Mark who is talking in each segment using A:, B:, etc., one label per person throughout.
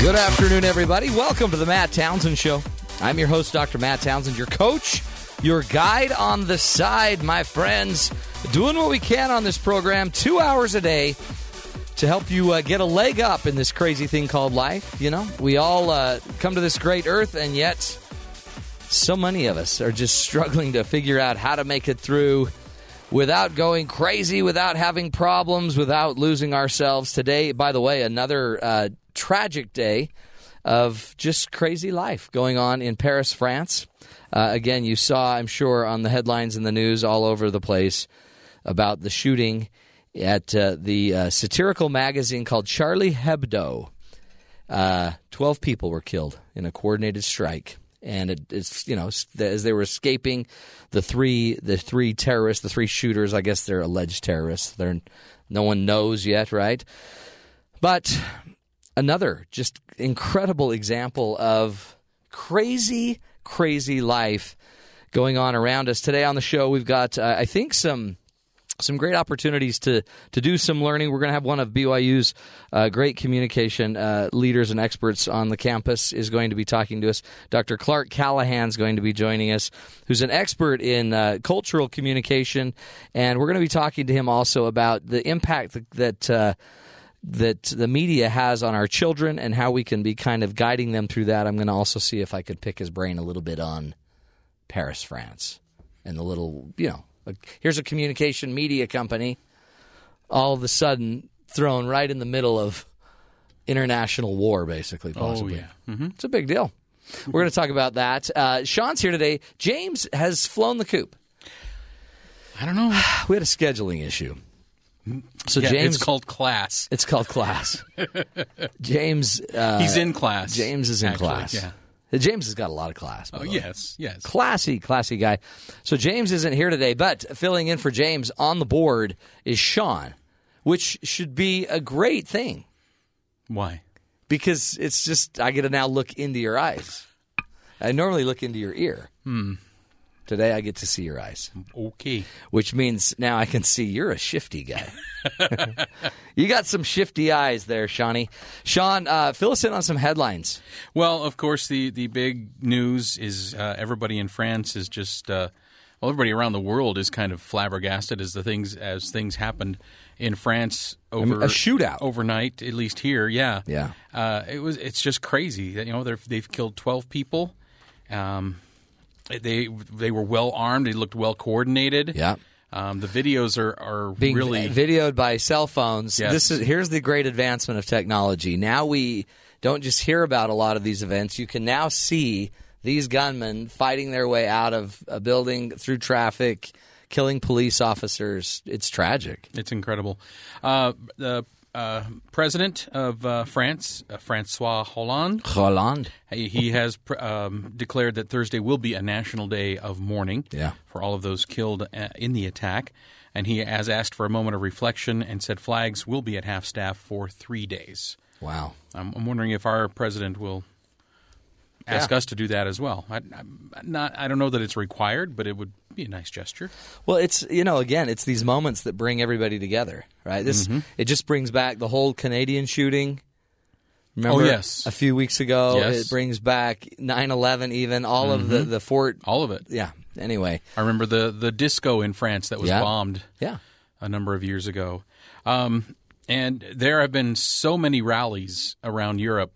A: Good afternoon, everybody. Welcome to the Matt Townsend Show. I'm your host, Dr. Matt Townsend, your coach, your guide on the side, my friends. Doing what we can on this program, two hours a day, to help you uh, get a leg up in this crazy thing called life. You know, we all uh, come to this great earth, and yet so many of us are just struggling to figure out how to make it through without going crazy, without having problems, without losing ourselves. Today, by the way, another uh, tragic day of just crazy life going on in Paris, France. Uh, again, you saw, I'm sure, on the headlines in the news all over the place about the shooting at uh, the uh, satirical magazine called Charlie Hebdo. Uh, Twelve people were killed in a coordinated strike, and it, it's you know s- as they were escaping, the three the three terrorists, the three shooters. I guess they're alleged terrorists. They're no one knows yet, right? But another just incredible example of crazy, crazy life going on around us. Today on the show, we've got, uh, I think, some. Some great opportunities to to do some learning. We're going to have one of BYU's uh, great communication uh, leaders and experts on the campus is going to be talking to us. Dr. Clark Callahan's going to be joining us, who's an expert in uh, cultural communication, and we're going to be talking to him also about the impact that. that uh, that the media has on our children and how we can be kind of guiding them through that. I'm going to also see if I could pick his brain a little bit on Paris, France, and the little, you know, like, here's a communication media company all of a sudden thrown right in the middle of international war, basically,
B: Oh,
A: possibly.
B: Mm-hmm.
A: It's a big deal. We're going to talk about that. Uh, Sean's here today. James has flown the coop.
B: I don't know.
A: We had a scheduling issue. So
B: Yeah,
A: James,
B: it's called class.
A: it's called class. James, uh,
B: He's in class.
A: James is in
B: actually,
A: class.
B: Yeah.
A: James has got a lot of class. by
B: Oh,
A: the way.
B: yes. Yes.
A: Classy, classy guy. So James isn't here today, but filling in for James on the board is Sean, which should be a great thing
B: Why?
A: because it's just I get to now look into your eyes. I normally look into your ear.
B: Hmm.
A: Today I get to see your eyes,
B: Okay.
A: which means now I can see you're a shifty guy. you got some shifty eyes there, Shawnee. Sean, uh, fill us in on some headlines.
B: Well, of course, the, the big news is uh, everybody in France is just uh, well, everybody around the world is kind of flabbergasted as the things as things happened in France over
A: a shootout.
B: overnight, at least here. Yeah,
A: Yeah.
B: Uh, it was it's just crazy. that, You know, they've they've killed twelve people. Um, they they were well armed. They looked well coordinated.
A: Yeah.
B: Um, the videos are are
A: being
B: really
A: videoed by cell phones.
B: Yes.
A: This is here's the great advancement of technology. Now we don't just hear about a lot of these events. You can now see these gunmen fighting their way out of a building through traffic, killing police officers. It's tragic.
B: It's incredible. Uh, the uh, president of uh, France, uh, Francois Hollande,
A: Hollande.
B: he, he has pr- um, declared that Thursday will be a national day of mourning
A: Yeah.
B: for all of those killed uh, in the attack. And he has asked for a moment of reflection and said flags will be at half staff for three days. Um,
A: Wow.
B: I'm, I'm wondering if our president will ask us to do that as well. I, I'm not, I don't know that it's required, but it would be a nice gesture.
A: Well, it's you know again, it's these moments that bring everybody together, right? This
B: Mm-hmm.
A: it just brings back the whole Canadian shooting. Remember
B: Oh, yes.
A: a few weeks ago,
B: Yes. Mm-hmm.
A: it brings back 9/11 even all of the the fort
B: All of it.
A: yeah. Anyway,
B: I remember the, the disco in France that was
A: Yeah.
B: bombed.
A: yeah,
B: a number of years ago. Um, and there have been so many rallies around Europe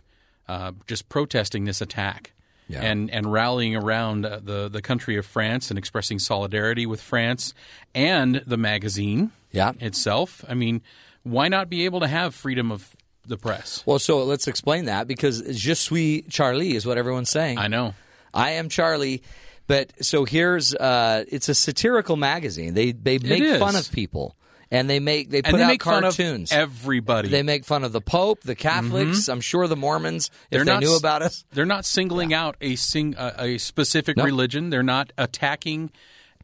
B: uh, just protesting this attack
A: Yeah.
B: and, and rallying around uh, the, the country of France and expressing solidarity with France and the magazine
A: yeah.
B: itself. I mean, why not be able to have freedom of the press?
A: Well, so let's explain that because "Je suis Charlie" is what everyone's saying.
B: I know.
A: I am Charlie. But so here's uh, it's a satirical magazine. They they make
B: is.
A: fun of people and they make they put
B: and they
A: out
B: make
A: cartoons.
B: fun of everybody.
A: They make fun of the Pope, the Catholics. I'm sure the Mormons, if
B: Mm-hmm. They're
A: they
B: not
A: knew
B: s-
A: about us.
B: They're not singling out a sing, a, a specific religion. They're not attacking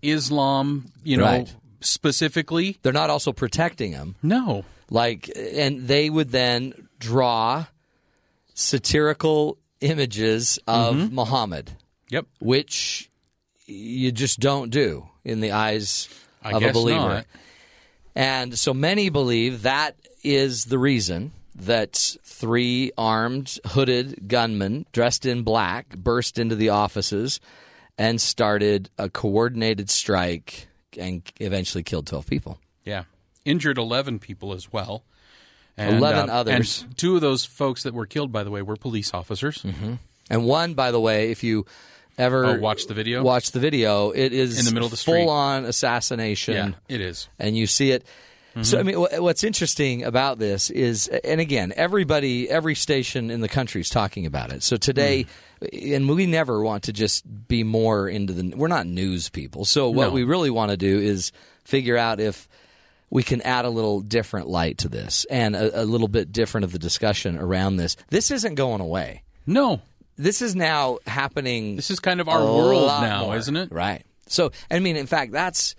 B: Islam, you know,
A: Right.
B: specifically.
A: They're not also protecting them.
B: No.
A: Like, and they would then draw satirical images of
B: Mm-hmm.
A: Muhammad,
B: Yep.
A: which you just don't do in the eyes
B: I
A: of
B: guess
A: a believer.
B: not.
A: And so many believe that is the reason that three armed, hooded gunmen dressed in black burst into the offices and started a coordinated strike and eventually killed 12 people.
B: Yeah. Injured 11 people as well. And,
A: 11
B: uh,
A: others. Mm-hmm.
B: And two of those folks that were killed, by the way, were police officers.
A: And one, by the way, if you ever
B: Oh, watch the video?
A: watch the video, it is
B: In the middle of the street.
A: full on assassination.
B: Yeah, it is.
A: and you see it. So I mean, wh- what's interesting about this is, and again, everybody, every station in the country is talking about it. So today, and we never want to just be more into the. We're not news people, so what
B: No.
A: we really want to do is figure out if we can add a little different light to this and a, a little bit different of the discussion around this. This isn't going away.
B: No.
A: This is now happening
B: This is kind of our
A: a
B: world
A: lot
B: now,
A: more.
B: isn't it?
A: Right. So, I mean, in fact, that's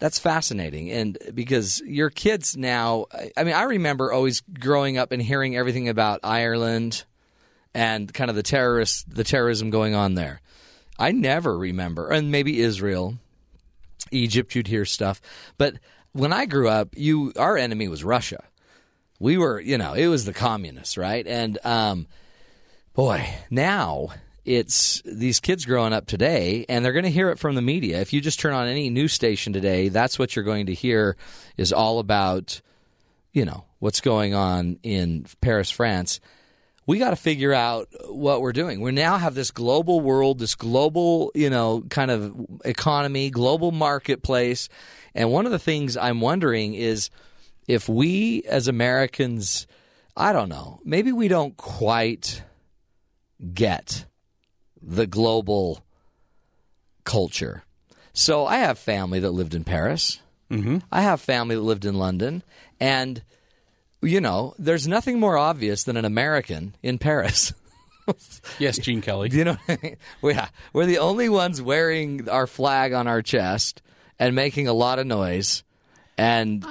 A: that's fascinating, and because your kids now, I- I mean, I remember always growing up and hearing everything about Ireland and kind of the terrorist, the terrorism going on there. I never remember, and maybe Israel, Egypt, you'd hear stuff, but when I grew up, you our enemy was Russia. We were, you know, it was the communists, right? And um, boy, now it's these kids growing up today, and they're going to hear it from the media. If you just turn on any news station today, that's what you're going to hear is all about, you know, what's going on in Paris, France. We got to figure out what we're doing. We now have this global world, this global, you know, kind of economy, global marketplace. And one of the things I'm wondering is if we as Americans, I don't know, maybe we don't quite get the global culture. So I have family that lived in Paris. Mm-hmm. I have family that lived in London. And, you know, there's nothing more obvious than an American in Paris.
B: Yes, Gene Kelly.
A: Do you know what I mean? We- Yeah. We're the only ones wearing our flag on our chest and making a lot of noise. And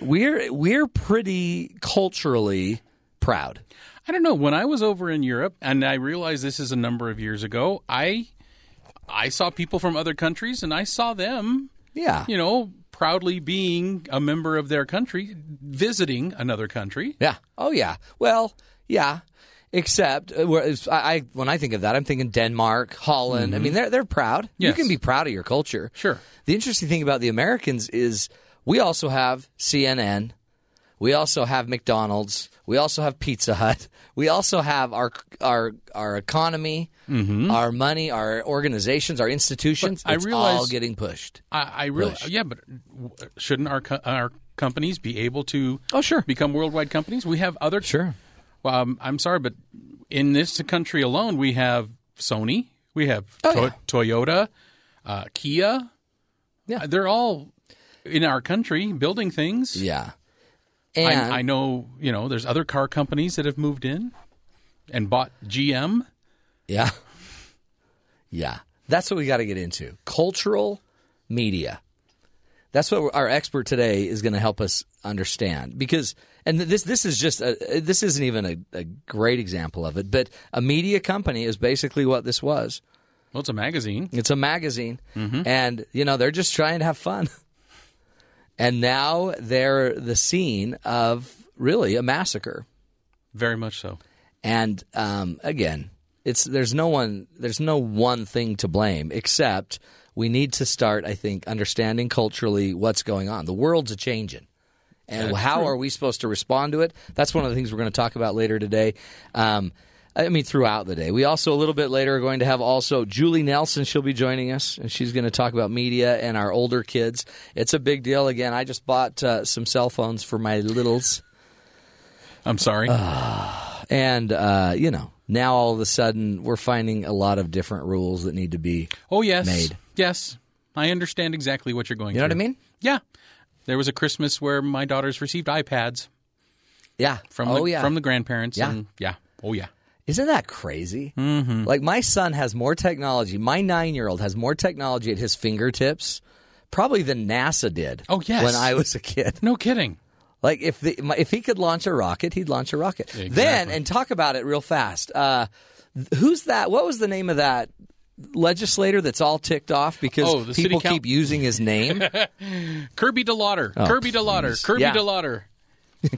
A: we're we're pretty culturally proud.
B: I don't know. When I was over in Europe, and I realized this is a number of years ago, I I saw people from other countries, and I saw them,
A: Yeah.
B: you know, proudly being a member of their country, visiting another country.
A: Yeah. Oh yeah. Well, yeah. Except uh, where- I, I when I think of that, I'm thinking Denmark, Holland. I mean, they're they're proud. You
B: Mm-hmm. Yes.
A: can be proud of your culture.
B: Sure.
A: The interesting thing about the Americans is we also have CNN. We also have McDonald's. We also have Pizza Hut. We also have our our our economy, our money, our organizations, our institutions.
B: Mm-hmm. But I
A: it's all
B: realize-
A: getting pushed.
B: I, I really, yeah, but w- shouldn't our co- our companies be able to?
A: Oh, sure.
B: become worldwide companies. We have other.
A: Sure.
B: Well, um, I'm sorry, but in this country alone, we have Sony, we have
A: Oh, yeah.
B: to- Toyota, uh, Kia.
A: Yeah.
B: Uh, they're all in our country building things.
A: Yeah.
B: I,
A: And
B: I know, you know, there's other car companies that have moved in and bought GM.
A: Yeah. Yeah. That's what we got to get into. Cultural media. That's what our expert today is going to help us understand because and this this is just a, this isn't even a, a great example of it, but a media company is basically what this was.
B: Well, it's a magazine.
A: It's a magazine, and you know they're just trying to have fun. And now they're the scene of really a massacre.
B: Very much so.
A: And um, again, it's there's no one there's no one thing to blame except we need to start, I think, understanding culturally what's going on. The world's a changing. And how are we supposed to respond to it? That's one of the things we're going to talk about later today. Um, I mean, throughout the day. We also, a little bit later, are going to have also Julie Nelson. She'll be joining us, and she's going to talk about media and our older kids. It's a big deal. Again, I just bought uh, some cell phones for my littles
B: I'm sorry.
A: Uh, and uh, you know now all of a sudden we're finding a lot of different rules that need to be
B: oh, yes.
A: made.
B: Yes. I understand exactly what you're going
A: you know what i mean
B: Yeah. There was a Christmas where my daughters received iPads
A: yeah
B: from
A: oh
B: the,
A: yeah
B: from the grandparents.
A: Yeah.
B: And yeah. Oh yeah.
A: isn't that crazy mm-hmm. like my son has more technology my nine year old has more technology at his fingertips probably than NASA did.
B: Oh, yes.
A: when I was a kid.
B: No kidding.
A: Like if the my- if he could launch a rocket, he'd launch a rocket. Then and talk about it real fast. Uh, th- who's that? What was the name of that legislator that's all ticked off because
B: Oh, the city
A: people
B: coun-
A: keep using his name?
B: Kirby DeLauder. Kirby DeLauder. Kirby
A: Oh. Yeah.
B: DeLauder.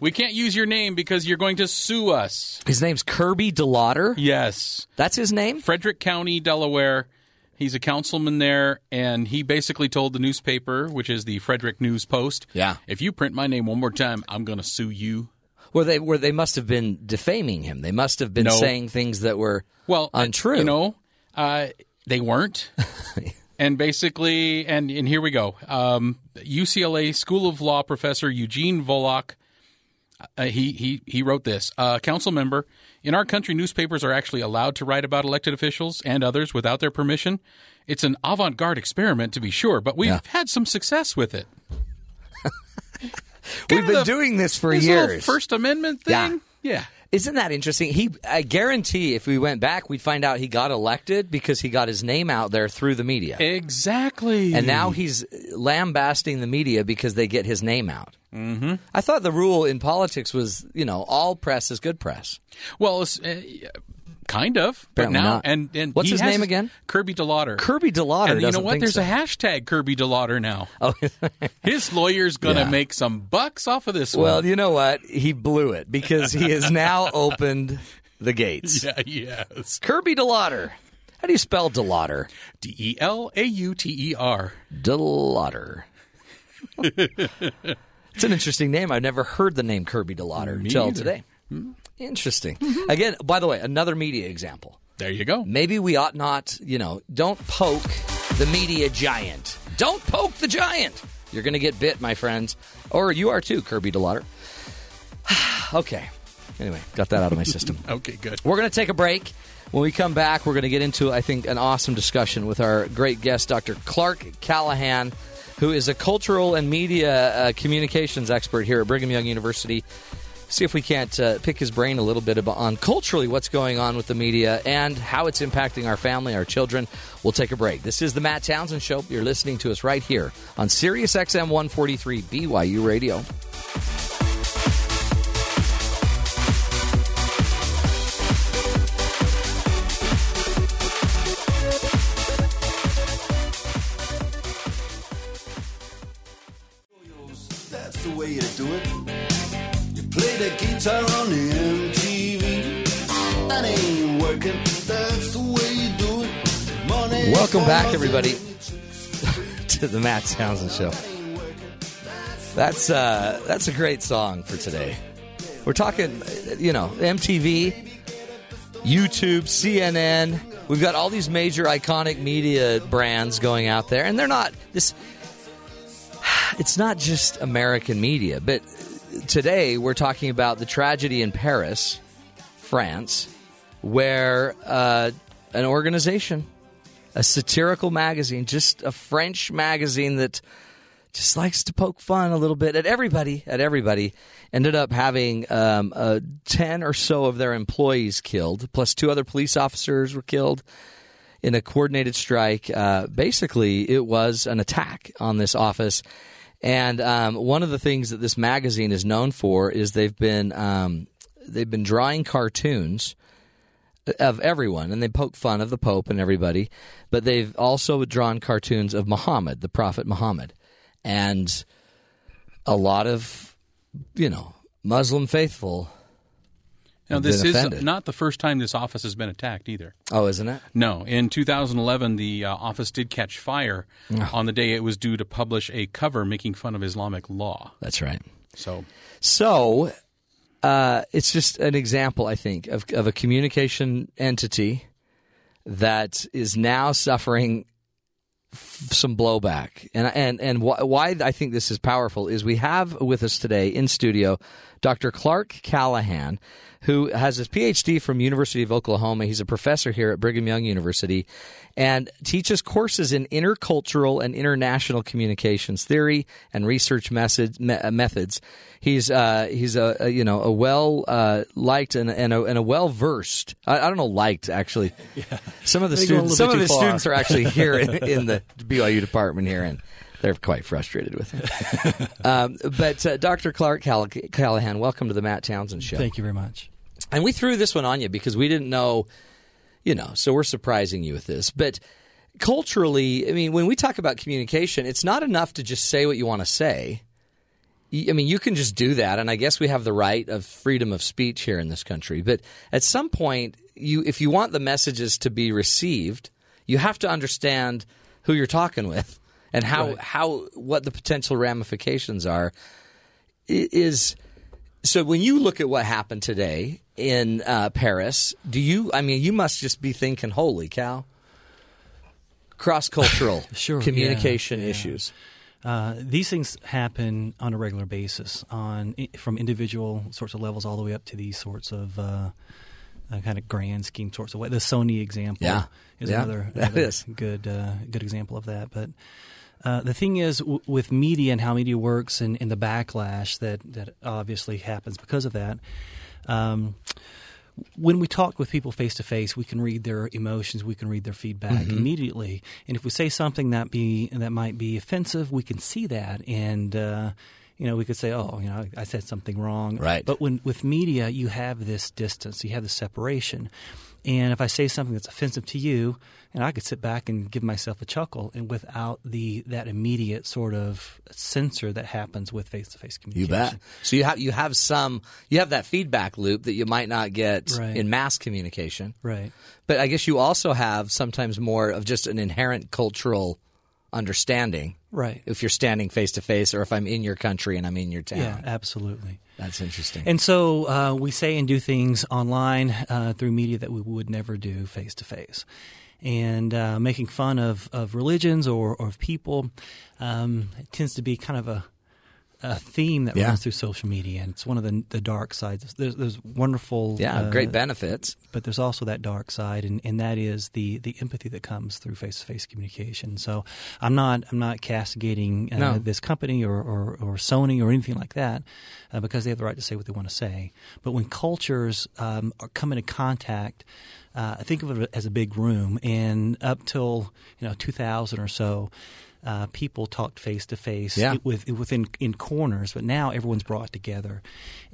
B: we can't use your name because you're going to sue us.
A: his name's Kirby DeLauder.
B: Yes.
A: That's his name.
B: Frederick County, Delaware. He's a councilman there, and he basically told the newspaper, which is the Frederick News Post,
A: Yeah.
B: if you print my name one more time, I'm going to sue you.
A: Where they where they must have been defaming him. They must have been
B: No.
A: saying things that were
B: Well,
A: untrue.
B: You know, uh, they weren't. and basically, and, and here we go. Um, UCLA School of Law professor Eugene Volokh. Uh, he he he wrote this. Uh, council member. In our country, newspapers are actually allowed to write about elected officials and others without their permission. It's an avant-garde experiment, to be sure, but we've
A: Yeah.
B: had some success with it.
A: We've been
B: the-
A: doing this for
B: This whole
A: years.
B: First Amendment
A: Yeah.
B: thing. Yeah.
A: Isn't that interesting? He, I guarantee, if we went back, we'd find out he got elected because he got his name out there through the media.
B: Exactly.
A: And now he's lambasting the media because they get his name out. Mm-hmm. I thought the rule in politics was, you know, all press is good press.
B: Well, it's, uh, kind of. But
A: Apparently
B: now,
A: not.
B: and and
A: What's
B: he
A: his
B: has-
A: name again?
B: Kirby DeLauder.
A: Kirby DeLauder
B: And you know
A: doesn't
B: what?
A: think
B: There's
A: so.
B: a hashtag Kirby DeLauder now. Oh. His lawyer's gonna
A: Yeah.
B: make some bucks off of this
A: Well,
B: one.
A: you know what? He blew it because he has now opened the gates.
B: Yeah, yes.
A: Kirby DeLauder. How do you spell DeLauder?
B: D E L A U T E R.
A: DeLauder. it's an interesting name. I've never heard the name Kirby DeLauder until
B: either. Hmm.
A: today. Interesting. Again, by the way, another media example.
B: There you go.
A: Maybe we ought not, you know, don't poke the media giant. Don't poke the giant. You're going to get bit, my friends. Or you are too, Kirby DeLauder. okay. Anyway, got that out of my system.
B: Okay, good.
A: We're going to take a break. When we come back, we're going to get into, I think, an awesome discussion with our great guest, Dr. Clark Callahan, who is a cultural and media uh, communications expert here at Brigham Young University. See if we can't uh, pick his brain a little bit about, on culturally what's going on with the media and how it's impacting our family, our children. We'll take a break. This is the Matt Townsend Show. You're listening to us right here on Sirius XM 143 BYU Radio.
C: That's the way you do it. You play the guitar on the MTV. That ain't working. That's the way you do it. Money
A: Welcome
C: for
A: back,
C: nothing.
A: everybody, to the Matt Townsend Show. That's uh, that's a great song for today. We're talking, uh, you know, MTV, YouTube, CNN. We've got all these major iconic media brands going out there, and they're not this. It's not just American media, but today we're talking about the tragedy in Paris, France, where uh, an organization a satirical magazine, just a French magazine that just likes to poke fun a little bit at everybody, at everybody. Ended up having um, uh, 10 or so of their employees killed, plus two other police officers were killed in a coordinated strike. Uh, basically, it was an attack on this office. And um, one of the things that this magazine is known for is they've been um, they've been drawing cartoons of everyone, and they poke fun of the Pope and everybody, but they've also drawn cartoons of Muhammad, the Prophet Muhammad, and a lot of you know Muslim faithful.
B: Now
A: I've
B: this
A: been
B: is
A: offended.
B: not the first time this office has been attacked either.
A: Oh, isn't it?
B: No, in 2011, the uh, office did catch fire on the day it was due to publish a cover making fun of Islamic law.
A: That's right.
B: So
A: So uh, it's just an example, I think, of, of a communication entity that is now suffering f- some blowback. And and and wh- why I think this is powerful is we have with us today in studio Dr. Clark Callahan, who has his PhD from University of Oklahoma. He's a professor here at Brigham Young University and teaches courses in intercultural and international communications theory and research method, me- uh, methods. He's uh, he's a, a, you know a well uh, liked and and a, and a well versed. I, I don't know liked actually. Some of the
D: They go a
A: students
D: little
A: some of the
D: bit too far.
A: students are actually here in, in the BYU department here in They're quite frustrated with it. um, but uh, Dr. Clark Call- Callahan, welcome to the Matt Townsend Show.
D: Thank you very much.
A: And we threw this one on you because we didn't know, you know, so we're surprising you with this. But culturally, I mean, when we talk about communication, it's not enough to just say what you want to say. Y- I mean, you can just do that, and I guess we have the right of freedom of speech here in this country. But at some point, you if you want the messages to be received, you have to understand who you're talking with and how how what the potential ramifications are. I- Is so when you look at what happened today in uh, Paris, do you? I mean, you must just be thinking, "Holy cow!" Cross cultural
D: Sure, yeah,
A: communication
D: yeah.
A: issues.
D: Uh, these things happen on a regular basis, on from individual sorts of levels all the way up to these sorts of uh, uh, kind of grand scheme sorts of way. The Sony example
A: Yeah.
D: is
A: Yeah,
D: another,
A: that
D: another
A: is.
D: good uh, good example of that. But uh, the thing is, w- with media and how media works, and, and the backlash that that obviously happens because of that. Um, when we talk with people face to face, we can read their emotions, we can read their feedback
A: Mm-hmm.
D: immediately, and if we say something that be that might be offensive, we can see that, and uh, you know we could say, "Oh, you know, I, I said something wrong."
A: Right.
D: But when with media, you have this distance, you have this separation, and if I say something that's offensive to you, and I could sit back and give myself a chuckle, and without the that immediate sort of censor that happens with face to face
A: You
D: communication.
A: bet. So you have you have some you have that feedback loop that you might not get
D: Right.
A: in mass communication.
D: Right.
A: But I guess you also have sometimes more of just an inherent cultural understanding
D: Right.
A: if you're standing face to face, or if I'm in your country and I'm in your town.
D: Yeah. Absolutely.
A: That's interesting.
D: And so uh, we say and do things online uh, through media that we would never do face to face. And uh, making fun of, of religions or, or of people um, tends to be kind of a, a theme that
A: Yeah.
D: runs through social media. And it's one of the, the dark sides. There's, there's wonderful.
A: yeah,
D: uh,
A: great benefits.
D: but there's also that dark side, and, and that is the, the empathy that comes through face to face communication. So I'm not I'm not castigating uh,
A: No.
D: this company or, or, or Sony or anything like that uh, because they have the right to say what they want to say. But when cultures um, are come into contact, uh, think of it as a big room, and up till you know 2000 or so. Uh, people talked face to face
A: Yeah.
D: with within in corners, but now everyone's brought together,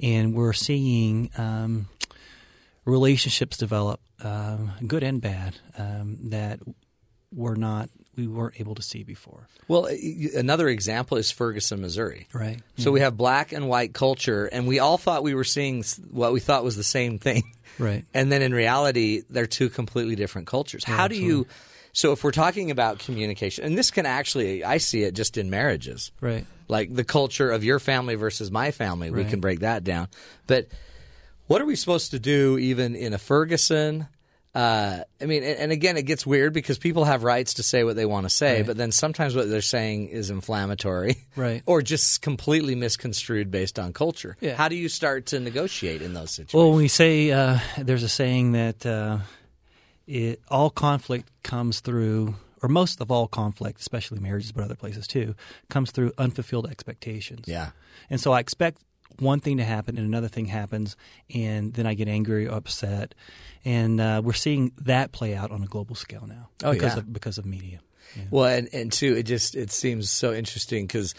D: and we're seeing um, relationships develop, um, good and bad, um, that were not we weren't able to see before.
A: Well, y- another example is Ferguson, Missouri.
D: Right.
A: So we have black and white culture, and we all thought we were seeing s- what we thought was the same thing.
D: Right.
A: And then in reality, they're two completely different cultures. How do you? So if we're talking about communication, and this can actually, I see it just in marriages.
D: Right.
A: Like the culture of your family versus my family, we
D: Right.
A: can break that down. But what are we supposed to do even in a Ferguson? Uh, I mean, and, and again, it gets weird because people have rights to say what they want to say,
D: Right.
A: but then sometimes what they're saying is inflammatory,
D: Right.
A: Or just completely misconstrued based on culture.
D: Yeah.
A: How do you start to negotiate in those situations?
D: Well, when we say uh, there's a saying that uh, it all conflict comes through, or most of all conflict, especially marriages, but other places too, comes through unfulfilled expectations.
A: yeah,
D: And so I expect one thing to happen and another thing happens, and then I get angry or upset. And uh, we're seeing that play out on a global scale now
A: Oh,
D: because,
A: yeah.
D: of, because of media.
A: Well, and, and two, it just it seems so interesting because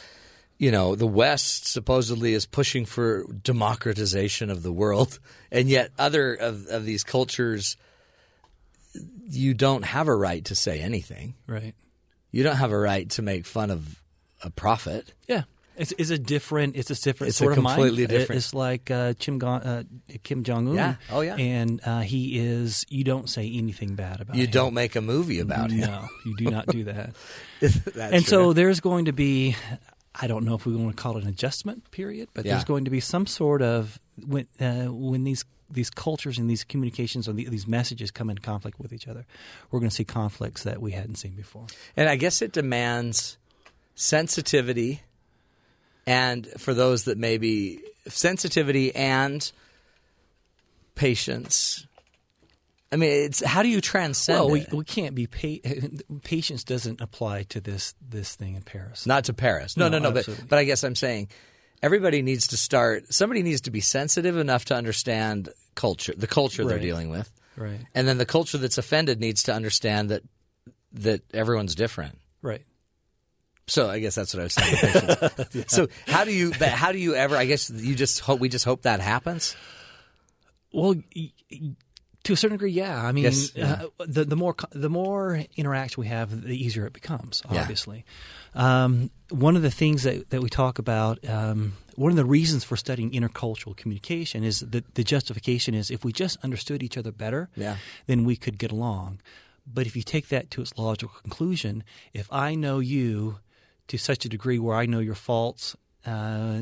A: you know the West supposedly is pushing for democratization of the world, and yet other of, of these cultures, you don't have a right to say anything.
D: Right.
A: You don't have a right to make fun of a prophet.
D: Yeah. It's, it's a different. It's a different
A: It's a
D: sort of mind-
A: completely
D: it-
A: different-
D: It's like uh, Kim, Gon- uh, Kim Jong Un.
A: Yeah. Oh, yeah.
D: And uh, he is. You don't say anything bad about.
A: You
D: him.
A: don't make a movie about him.
D: No, you do not do that.
A: That's
D: Mm-hmm. and so
A: right.
D: there's going to be i don't know if we want to call it an adjustment period but
A: Yeah.
D: there's going to be some sort of when uh, when these these cultures and these communications or the, these messages come in conflict with each other we're going to see conflicts that we hadn't seen before
A: and I guess it demands sensitivity, and for those that maybe sensitivity and patience. I mean, it's how do you transcend?
D: well we,
A: it?
D: we can't be pa- patience doesn't apply to this this thing in paris
A: not to Paris. No, no,
D: No,
A: no. but
D: absolutely.
A: but I guess I'm saying everybody needs to start. Somebody needs to be sensitive enough to understand culture, the culture they're
D: Right.
A: dealing with,
D: right
A: and then the culture that's offended needs to understand that that everyone's different.
D: right
A: So I guess that's what I was saying. patience. So how do you? But how do you ever? I guess you just hope. We just hope that happens.
D: Well, y- y- to a certain degree, yeah. I mean,
A: Yes, yeah.
D: Uh, the the more co- the more interaction we have, the easier it becomes.
A: Yeah.
D: Obviously, um, one of the things that, that we talk about, um, one of the reasons for studying intercultural communication is that the justification is if we just understood each other better,
A: Yeah.
D: then we could get along. But if you take that to its logical conclusion, if I know you to such a degree where I know your faults, uh,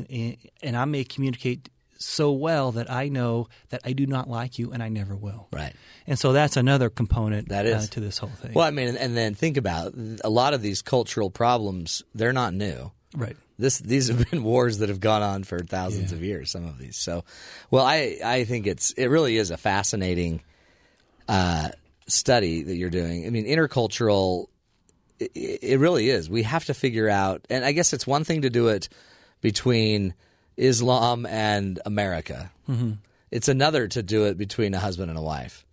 D: and, and I may communicate so well that I know that I do not like you and I never will.
A: Right.
D: And so that's another component
A: That is.
D: uh, to this whole thing.
A: Well, I mean, and then think about a lot of these cultural problems. They're not new.
D: Right.
A: This these have been wars that have gone on for thousands of years. Some of these. So, well, I I think it's it really is a fascinating uh, study that you're doing. I mean, intercultural. i- i- It really is. We have to figure out, and I guess it's one thing to do it between Islam and America. Mm-hmm. It's another to do it between a husband and a wife,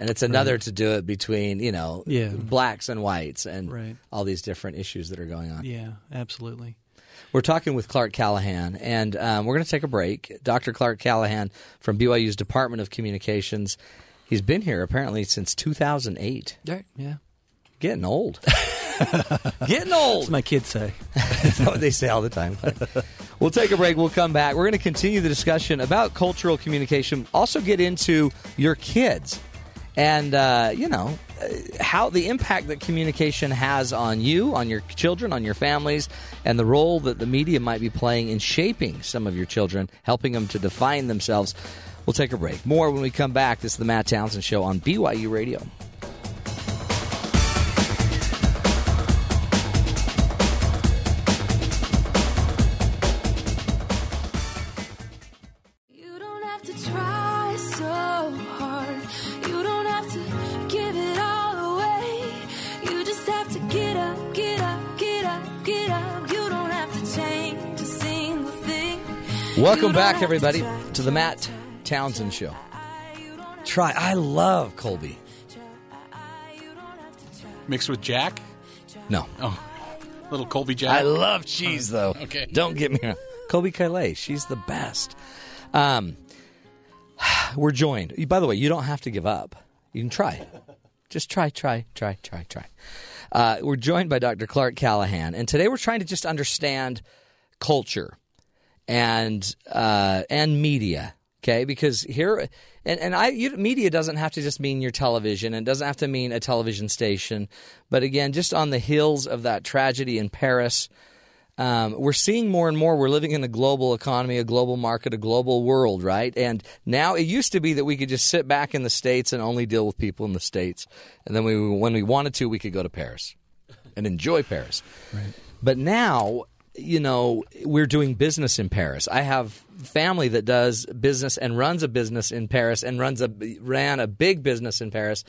A: and it's another to do it between you know
D: Yeah.
A: blacks and whites and
D: Right.
A: all these different issues that are going on.
D: Yeah, absolutely.
A: We're talking with Clark Callahan, and um, we're going to take a break. Dr. Clark Callahan from BYU's Department of Communications. He's been here apparently since 2008.
D: Right. Yeah.
A: Getting old. Getting old.
D: That's what my kids say.
A: That's what they say all the time. we'll take a break. We'll come back. We're going to continue the discussion about cultural communication. Also, get into your kids and, uh, you know, uh, how the impact that communication has on you, on your children, on your families, and the role that the media might be playing in shaping some of your children, helping them to define themselves. We'll take a break. More when we come back. This is the Matt Townsend Show on BYU Radio.
E: You don't have to try so hard. You don't have to give it all away. You just have to get up, get up, get up, get up. You don't have to change a single thing.
A: Welcome back, everybody, to the Matt Townsend Show. Try. I love Colby.
B: Mixed with Jack,
A: No.
B: little Colby Jack.
A: I love cheese, though.
B: Okay.
A: Don't get me wrong. Colby Kylie, she's the best. Um, we're joined. By the way, you don't have to give up. You can try. Just try, try, try, try, try. Uh, we're joined by Dr. Clark Callahan, and today we're trying to just understand culture and uh, and media. Okay, because here and and I you, media doesn't have to just mean your television, and doesn't have to mean a television station. But again, just on the heels of that tragedy in Paris, um, we're seeing more and more. We're living in a global economy, a global market, a global world, right? And now it used to be that we could just sit back in the states and only deal with people in the states, and then we when we wanted to, we could go to Paris and enjoy Paris. But now, you know, we're doing business in Paris. I have family that does business and runs a business in Paris and runs a ran a big business in Paris.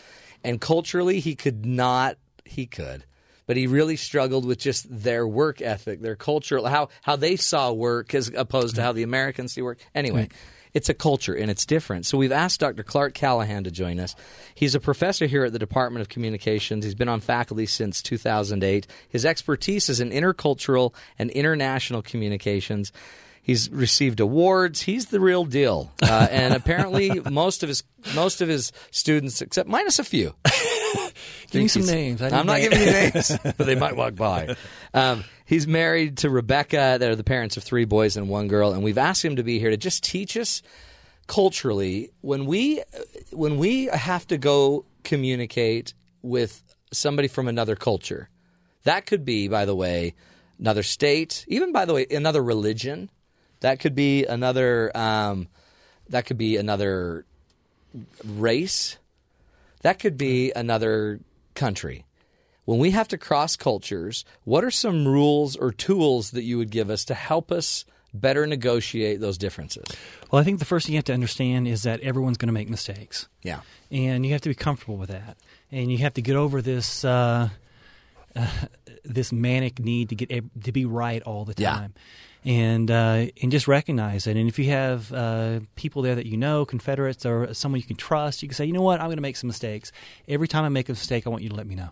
A: And culturally, he could not. He could. But he really struggled with just their work ethic, their culture, how, how they saw work as opposed to how the Americans see work. Anyway, it's a culture and it's different. So we've asked Dr. Clark Callahan to join us. He's a professor here at the Department of Communications. He's been on faculty since 2008. His expertise is in intercultural and international communications. He's received awards. He's the real deal, uh, and apparently most of his most of his students, except minus a few,
D: Give me
A: think
D: some
A: he's-
D: names. I
A: I'm
D: need
A: not
D: names.
A: giving you names, but they might walk by. Um, he's married to Rebecca. They're the parents of three boys and one girl, and we've asked him to be here to just teach us culturally when we when we have to go communicate with somebody from another culture. That could be, by the way, another state, even by the way, another religion. That could be another. Um, that could be another race. That could be another country. When we have to cross cultures, what are some rules or tools that you would give us to help us better negotiate those differences?
D: Well, I think the first thing you have to understand is that everyone's going to make mistakes.
A: Yeah.
D: and you have to be comfortable with that, and you have to get over this uh, this manic need to get ev- to be right all the
A: Yeah.
D: time, and uh, and just recognize it. And if you have uh, people there that you know, Confederates or
A: Hmm.
D: someone you can trust, you can say, you know what, I'm going to make some mistakes. Every time I make a mistake, I want you to let me know.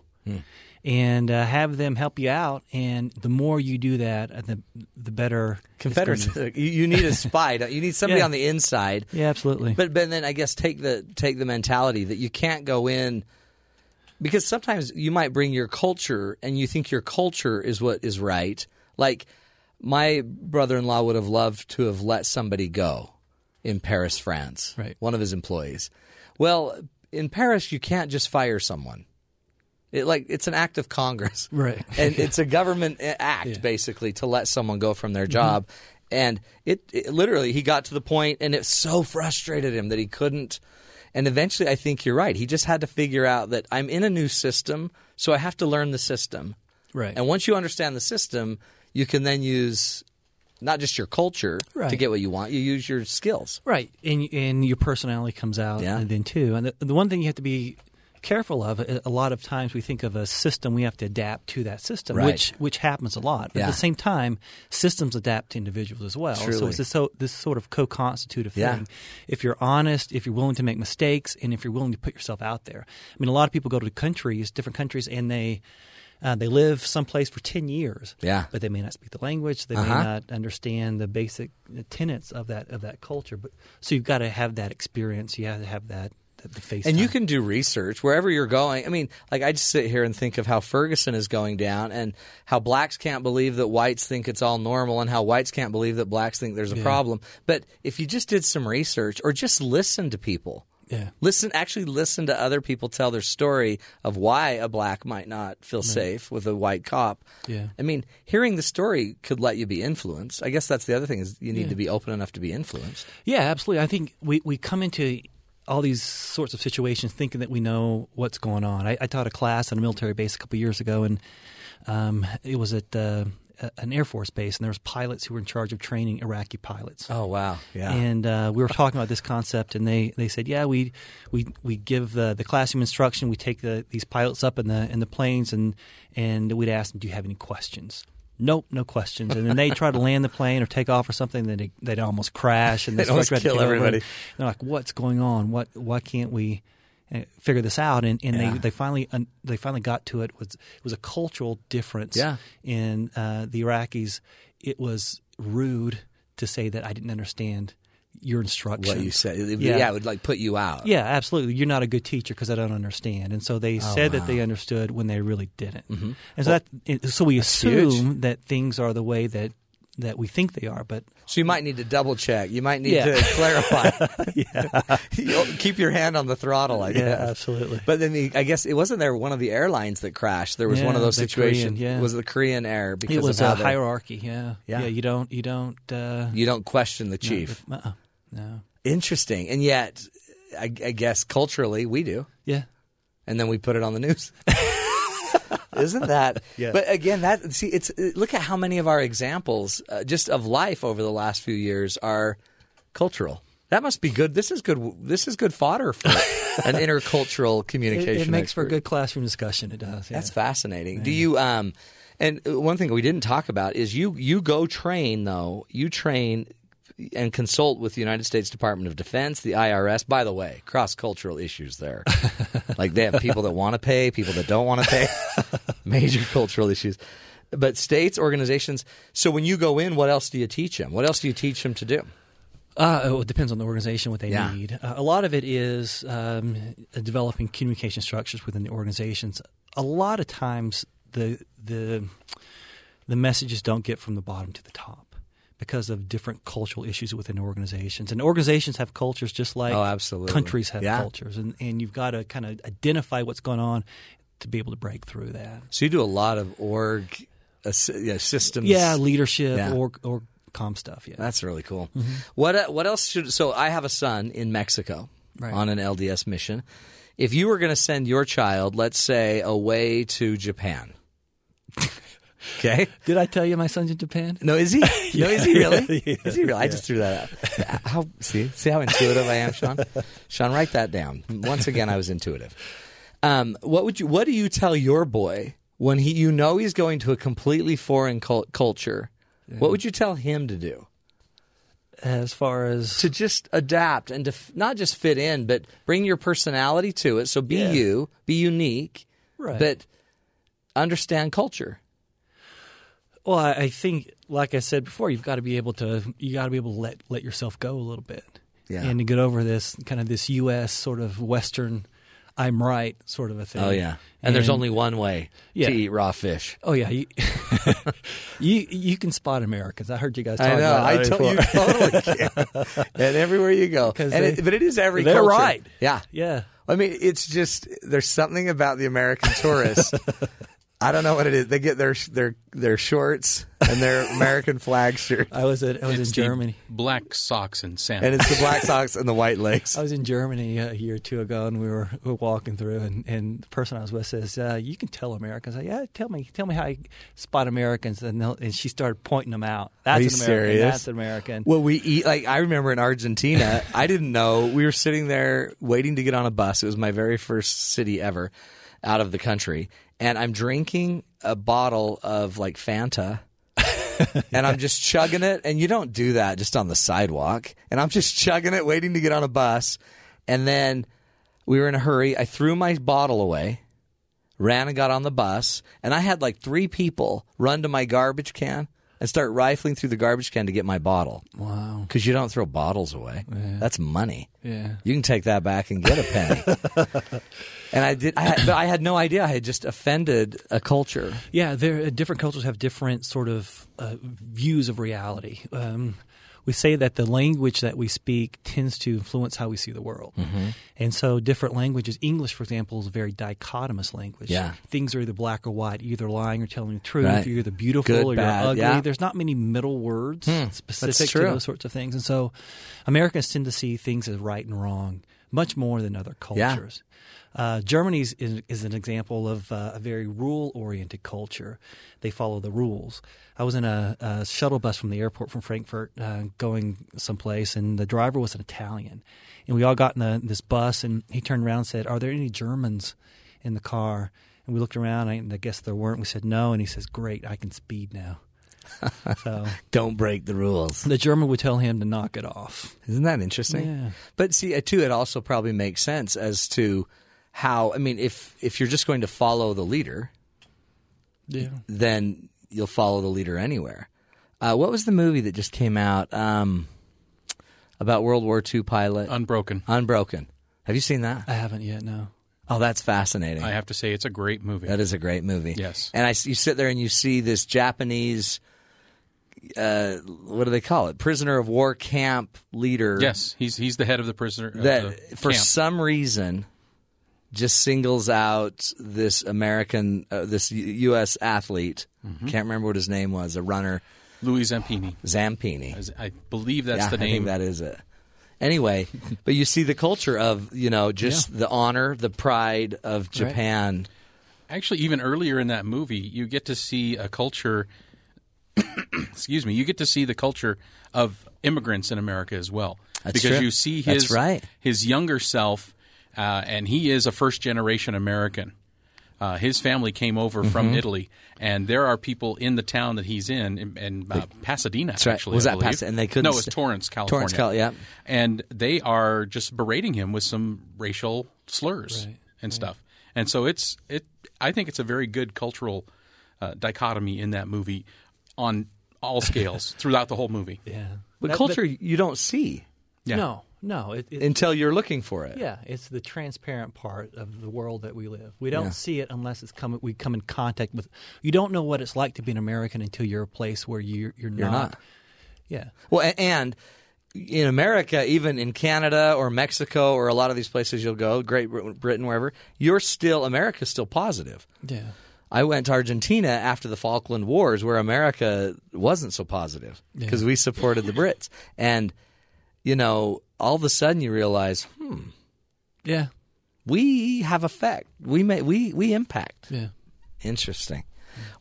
D: and uh, have them help you out. And the more you do that, uh, the the better. it's
A: Confederates.
D: gonna
A: you, you need a spy. don't- You need somebody
D: Yeah.
A: on the inside.
D: be. Yeah, absolutely.
A: But but then I guess take the take the mentality that you can't go in because sometimes you might bring your culture and you think your culture is what is right. Like my brother-in-law would have loved to have let somebody go in Paris, France.
D: Right.
A: One of his employees. Well, in Paris you can't just fire someone. It, like it's an act of Congress,
D: Right.
A: And it's a government a- act basically to let someone go from
D: Mm-hmm.
A: their job, and it, it literally he got to the point, and it so frustrated him that he couldn't. And eventually, I think you're right. He just had to figure out that I'm in a new system, so I have to learn the system.
D: Right.
A: And once you understand the system, you can then use not just your culture to
D: Right.
A: get what you want. You use your skills.
D: Right, and and your personality comes out
A: Yeah.
D: and then too. And the, the one thing you have to be careful of uh, a a lot of times we think of a system we have to adapt to that system
A: Right.
D: which which happens a lot but
A: Yeah.
D: at the same time systems adapt to individuals as well so
A: Truly.
D: it's this, so, this sort of co-constitutive
A: Yeah.
D: thing if you're honest if you're willing to make mistakes and if you're willing to put yourself out there i mean a lot of people go to countries different countries and they uh, they live someplace for 10 years
A: Yeah.
D: but they may not speak the language they
A: Uh-huh.
D: may not understand the basic tenets of that of that culture but so you've got to have that experience you have to have that, that the face
A: And you can
D: time.
A: do research wherever you're going. I mean, like I just sit here and think of how Ferguson is going down and how blacks can't believe that whites think it's all normal and how whites can't believe that blacks think there's a problem. But if you just did some research or just listen to people.
D: Yeah.
A: Listen actually listen to other people tell their story of why a black might not feel safe with a white cop.
D: Yeah.
A: I mean, hearing the story could let you be influenced. I guess that's the other thing is you need to be open enough to be influenced.
D: Yeah, absolutely. I think we, we come into all these sorts of situations thinking that we know what's going on. I, I taught a class on a military base a couple years ago, and um, it was at uh, a- an Air Force base, and there was pilots who were in charge of training Iraqi pilots.
A: Oh wow. Yeah.
D: And uh, we were talking about this concept, and they, they said, yeah, we we we give the, the classroom instruction, we take the, these pilots up in the in the planes, and and we'd ask them, do you have any questions? Nope, no questions. And then they try to land the plane or take off or something, then they, they'd almost crash, and
A: They'd
D: this
A: almost
D: flight had to
A: kill
D: take over.
A: everybody.
D: They're like, what's going on? What why can't we? uh, Figure this out, and, and
A: Yeah.
D: they, they finally un, they finally got to it. was It was a cultural difference
A: Yeah.
D: in uh, the Iraqis, it was rude to say that I didn't understand your instructions.
A: what you said. It-
D: Yeah.
A: yeah, it would like put you out.
D: Yeah, absolutely. You're not a good teacher because I don't understand. And so they
A: Oh,
D: said that they understood when they really didn't.
A: Mm-hmm.
D: And so that so we assume that things are the way that that we think they are, but
A: So you might need to double check. You might need
D: Yeah.
A: to clarify. You'll Keep your hand on the throttle, I guess.
D: uh, absolutely.
A: But then the, I guess it wasn't there one of the airlines that crashed. There was one of
D: Yeah,
A: those
D: the
A: situations.
D: Korean, yeah.
A: Was the Korean Air because
D: it was
A: of
D: a
A: how they-
D: hierarchy. Yeah.
A: Yeah.
D: You don't. You don't. Uh,
A: you don't question the chief.
D: uh, no.
A: Interesting, and yet I, I guess culturally we do,
D: Yeah.
A: and then we put it on the news. Isn't that?
D: Yeah.
A: But again, that see, it's uh, look at how many of our examples uh, just of life over the last few years are cultural. That must be good. This is good. This is good fodder for an intercultural
D: It,
A: communication.
D: it makes for
A: expert.
D: a good classroom discussion. It does. Yeah.
A: That's fascinating. Do you um and uh, one thing we didn't talk about is you you go train though. You train and consult with the United States Department of Defense, the IRS. By the way, cross-cultural issues there. like they have people that want to pay, people that don't want to pay. Major cultural issues. But states, organizations. So when you go in, what else do you teach them? What else do you teach them to do?
D: Uh, oh, it depends on the organization what they
A: Yeah.
D: need. Uh, a lot of it is um, developing communication structures within the organizations. A lot of times, the the the messages don't get from the bottom to the top because of different cultural issues within organizations. And organizations have cultures just like
A: Oh, absolutely.
D: countries have
A: Yeah.
D: cultures, and and you've got to kind of identify what's going on to be able to break through that.
A: So you do a lot of org assi- yeah, systems.
D: Yeah, leadership
A: Yeah.
D: or or com stuff. Yeah,
A: That's really cool. What uh, what else should so I have a son in Mexico
D: Right.
A: on an LDS mission. If you were going to send your child, let's say, away to Japan. Okay.
D: did I tell you my son's in Japan?
A: No, is he? No, is he really? Is he really? I just threw that out. Uh, How see see how intuitive I am, Sean? Sean, write that down. Once again, I was intuitive. Um, what would you? What do you tell your boy when he? You know he's going to a completely foreign cul- culture. What would you tell him to do?
D: As far as
A: to just adapt and to f- not just fit in, but bring your personality to it. So be
D: Yeah.
A: you, be unique,
D: Right.
A: but understand culture.
D: Well, I, I think, like I said before, you've got to be able to you got to be able to let let yourself go a little bit,
A: Yeah.
D: and to get over this kind of this U.S. sort of Western, I'm right sort of a thing.
A: Oh yeah, and, there's only one way
D: Yeah.
A: to eat raw fish.
D: Oh yeah, you, you you can spot Americans. I heard you guys. Talking
A: I know.
D: About
A: I
D: that
A: to-
D: before.
A: you totally can. and everywhere you go,
D: 'Cause
A: And
D: they-
A: it- but it is every.
D: they're
A: culture.
D: right.
A: Yeah,
D: Yeah.
A: I mean, it's just there's something about the American tourist. I don't know what it is. They get their their their shorts and their American flag shirt,
D: I was at I was
B: It's
D: in
B: the
D: Germany.
B: Black socks and salmon.
A: and it's the black socks and the white legs.
D: I was in Germany a year or two ago, and we were, we were walking through, and, and the person I was with says, uh, "You can tell Americans." I, yeah, tell me, tell me how I spot Americans, and they'll- and she started pointing them out. That's
A: Are you
D: an American.
A: serious?
D: That's an American.
A: Well, we eat like I remember in Argentina. I didn't know we were sitting there waiting to get on a bus. It was my very first city ever out of the country, and I'm drinking a bottle of like Fanta. and I'm just chugging it, and you don't do that just on the sidewalk. And I'm just chugging it, waiting to get on a bus. And then we were in a hurry. I threw my bottle away, ran and got on the bus, and I had like three people run to my garbage can and start rifling through the garbage can to get my bottle. Wow. Because you don't throw bottles away. That's money.
D: Yeah.
A: You can take that back and get a penny. and I did I had, but I had no idea I had just offended a culture.
D: Yeah, there, uh, different cultures have different sort of uh, views of reality. Um, we say that the language that we speak tends to influence how we see the world.
A: Mm-hmm.
D: And so, different languages, English, for example, is a very dichotomous language.
A: Yeah.
D: Things are either black or white, either lying or telling the truth,
A: Right.
D: you're either beautiful
A: Good,
D: or
A: bad,
D: you're ugly.
A: yeah. Hmm,
D: There's not many middle words
A: that's
D: specific to
A: true.
D: those sorts of things. And so, Americans tend to see things as right and wrong much more than other
A: Yeah.
D: cultures. Uh, Germany's is, is an example of uh, a very rule-oriented culture. They follow the rules. I was in a, a shuttle bus from the airport from Frankfurt, uh, going someplace, and the driver was an Italian, and we all got in the, this bus, and he turned around and said, "Are there any Germans in the car?" And we looked around, and I guess there weren't. We said no, and he says, "Great, I can speed now." so
A: Don't break the rules.
D: the German would tell him to knock it off.
A: Isn't that interesting?
D: Yeah.
A: But see, uh, too, it also probably makes sense as to how. I mean, if if you're just going to follow the leader,
D: Yeah.
A: then you'll follow the leader anywhere. Uh, what was the movie that just came out um, about World War II pilot
B: Unbroken.
A: Unbroken? Have you seen that?
D: I haven't yet. No.
A: Oh, that's fascinating.
B: I have to say, it's a great movie.
A: That is a great movie.
B: Yes.
A: And I, you sit there and you see this Japanese, uh, what do they call it? Prisoner of war camp leader.
B: yes, he's he's the head of the prisoner. of the
A: that for
B: camp.
A: some reason just singles out this American, uh, this U- U.S. athlete.
B: Mm-hmm.
A: Can't remember what his name was. A runner,
B: Louis Zampini.
A: Zampini.
B: As- I believe that's
A: yeah,
B: the
A: I think
B: name.
A: that is it. Anyway, but you see the culture of you know just the honor, the pride of Japan.
B: Actually, even earlier in that movie, you get to see a culture. excuse me. You get to see the culture of immigrants in America as well,
A: That's
B: because
A: true.
B: you see
A: That's
B: his
A: right.
B: his younger self, uh, and he is a first generation American. Uh, his family came over
A: Mm-hmm.
B: from Italy, and there are people in the town that he's in, in, in uh, Pasadena.
A: right.
B: Actually,
A: Was
B: I
A: that
B: believe.
A: Pasa- and they couldn't
B: No, it's
A: st-
B: Torrance, California.
A: Cal- yeah.
B: and they are just berating him with some racial slurs and stuff. And so it's it. I think it's a very good cultural uh, dichotomy in that movie on all scales throughout the whole movie.
D: Yeah.
A: But
D: That-
A: culture you don't see
B: Yeah.
D: No. No. It, it,
A: until you're looking for it.
D: Yeah, it's the transparent part of the world that we live. We don't see it unless it's come. We come in contact with. You don't know what it's like to be an American until you're a place where you're you're,
A: You're
D: not.
A: not.
D: Yeah,
A: Well, a- and in America, even in Canada or Mexico or a lot of these places you'll go, Great Brit- Britain, wherever, you're still America's still positive.
D: yeah,
A: I went to Argentina after the Falkland Wars, where America wasn't so positive because we supported the Brits, and you know, all of a sudden you realize hmm,
D: yeah,
A: we have effect. We may we we impact.
D: yeah.
A: Interesting.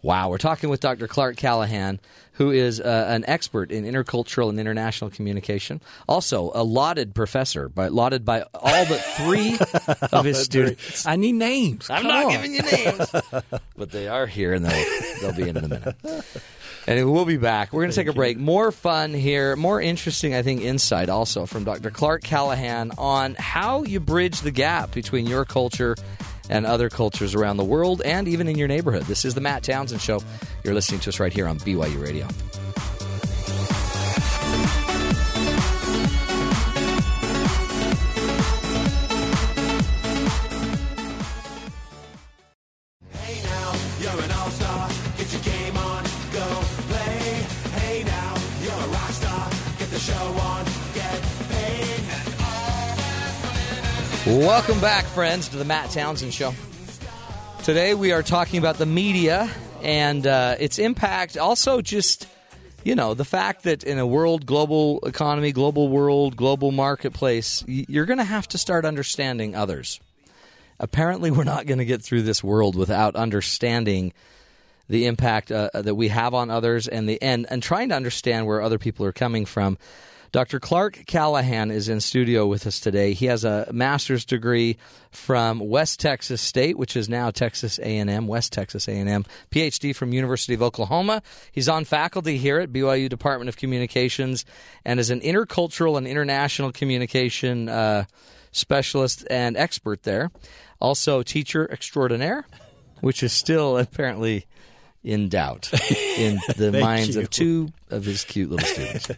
A: Wow, we're talking with Dr. Clark Callahan, who is uh, an expert in intercultural and international communication. Also, a lauded professor, by, lauded by all but three of his students.
D: I need names.
A: I'm
D: Come
A: not
D: on.
A: giving you names, but they are here, and they'll they'll be in in a minute. And we'll be back. We're going to take a break. More fun here, more interesting, I think, insight also from Dr. Clark Callahan on how you bridge the gap between your culture and other cultures around the world and even in your neighborhood. This is the Matt Townsend Show. You're listening to us right here on BYU Radio. Welcome back, friends, to the Matt Townsend Show. Today we are talking about the media and uh, its impact. Also, just you know, the fact that in a world, global economy, global world, global marketplace, y- you're going to have to start understanding others. Apparently, we're not going to get through this world without understanding the impact uh, that we have on others and the and, and trying to understand where other people are coming from. Dr. Clark Callahan is in studio with us today. He has a master's degree from West Texas State, which is now Texas A&M, West Texas A&M, PhD from University of Oklahoma. He's on faculty here at BYU Department of Communications and is an intercultural and international communication uh, specialist and expert there. Also teacher extraordinaire, which is still apparently in doubt in the minds
D: you.
A: of two of his cute little students.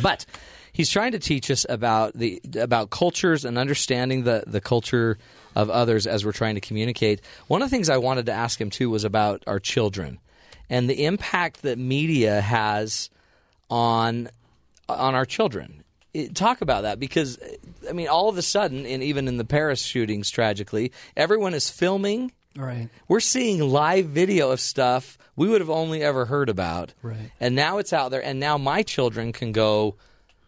A: but he's trying to teach us about the about cultures and understanding the the culture of others as we're trying to communicate. One of the things I wanted to ask him too was about our children and the impact that media has on on our children. It- Talk about that because I mean, all of a sudden, and even in the Paris shootings, tragically, everyone is filming
D: Right.
A: we're seeing live video of stuff we would have only ever heard about.
D: Right.
A: And now it's out there, and now my children can go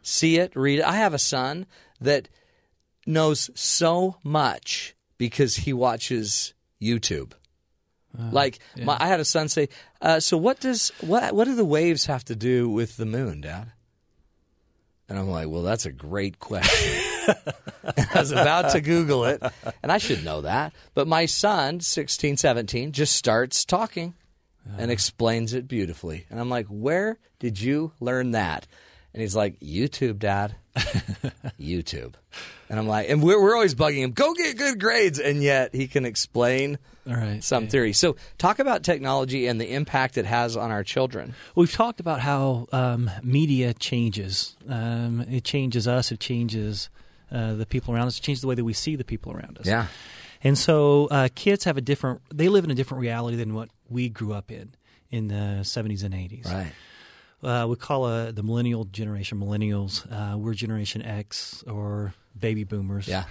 A: see it, read it. I have a son that knows so much because he watches YouTube. like my, I had a son say, uh, "So what does what what do the waves have to do with the moon, Dad?" And I'm like, "Well, that's a great question." I was about to Google it, and I should know that. But my son, 16, 17, just starts talking and explains it beautifully. And I'm like, Where did you learn that? And he's like, YouTube, Dad. YouTube. And I'm like, and we're, we're always bugging him, go get good grades. And yet he can explain
D: All right.
A: some theory. So talk about technology and the impact it has on our children.
D: We've talked about how um, media changes. Um, it changes us. It changes uh, the people around us. It changes the way that we see the people around us. And so uh, kids have a different. They live in a different reality than what we grew up in in the 70s and 80s.
A: Right.
D: Uh, we call uh, the millennial generation millennials. Uh, we're Generation X or baby boomers.
A: Yeah.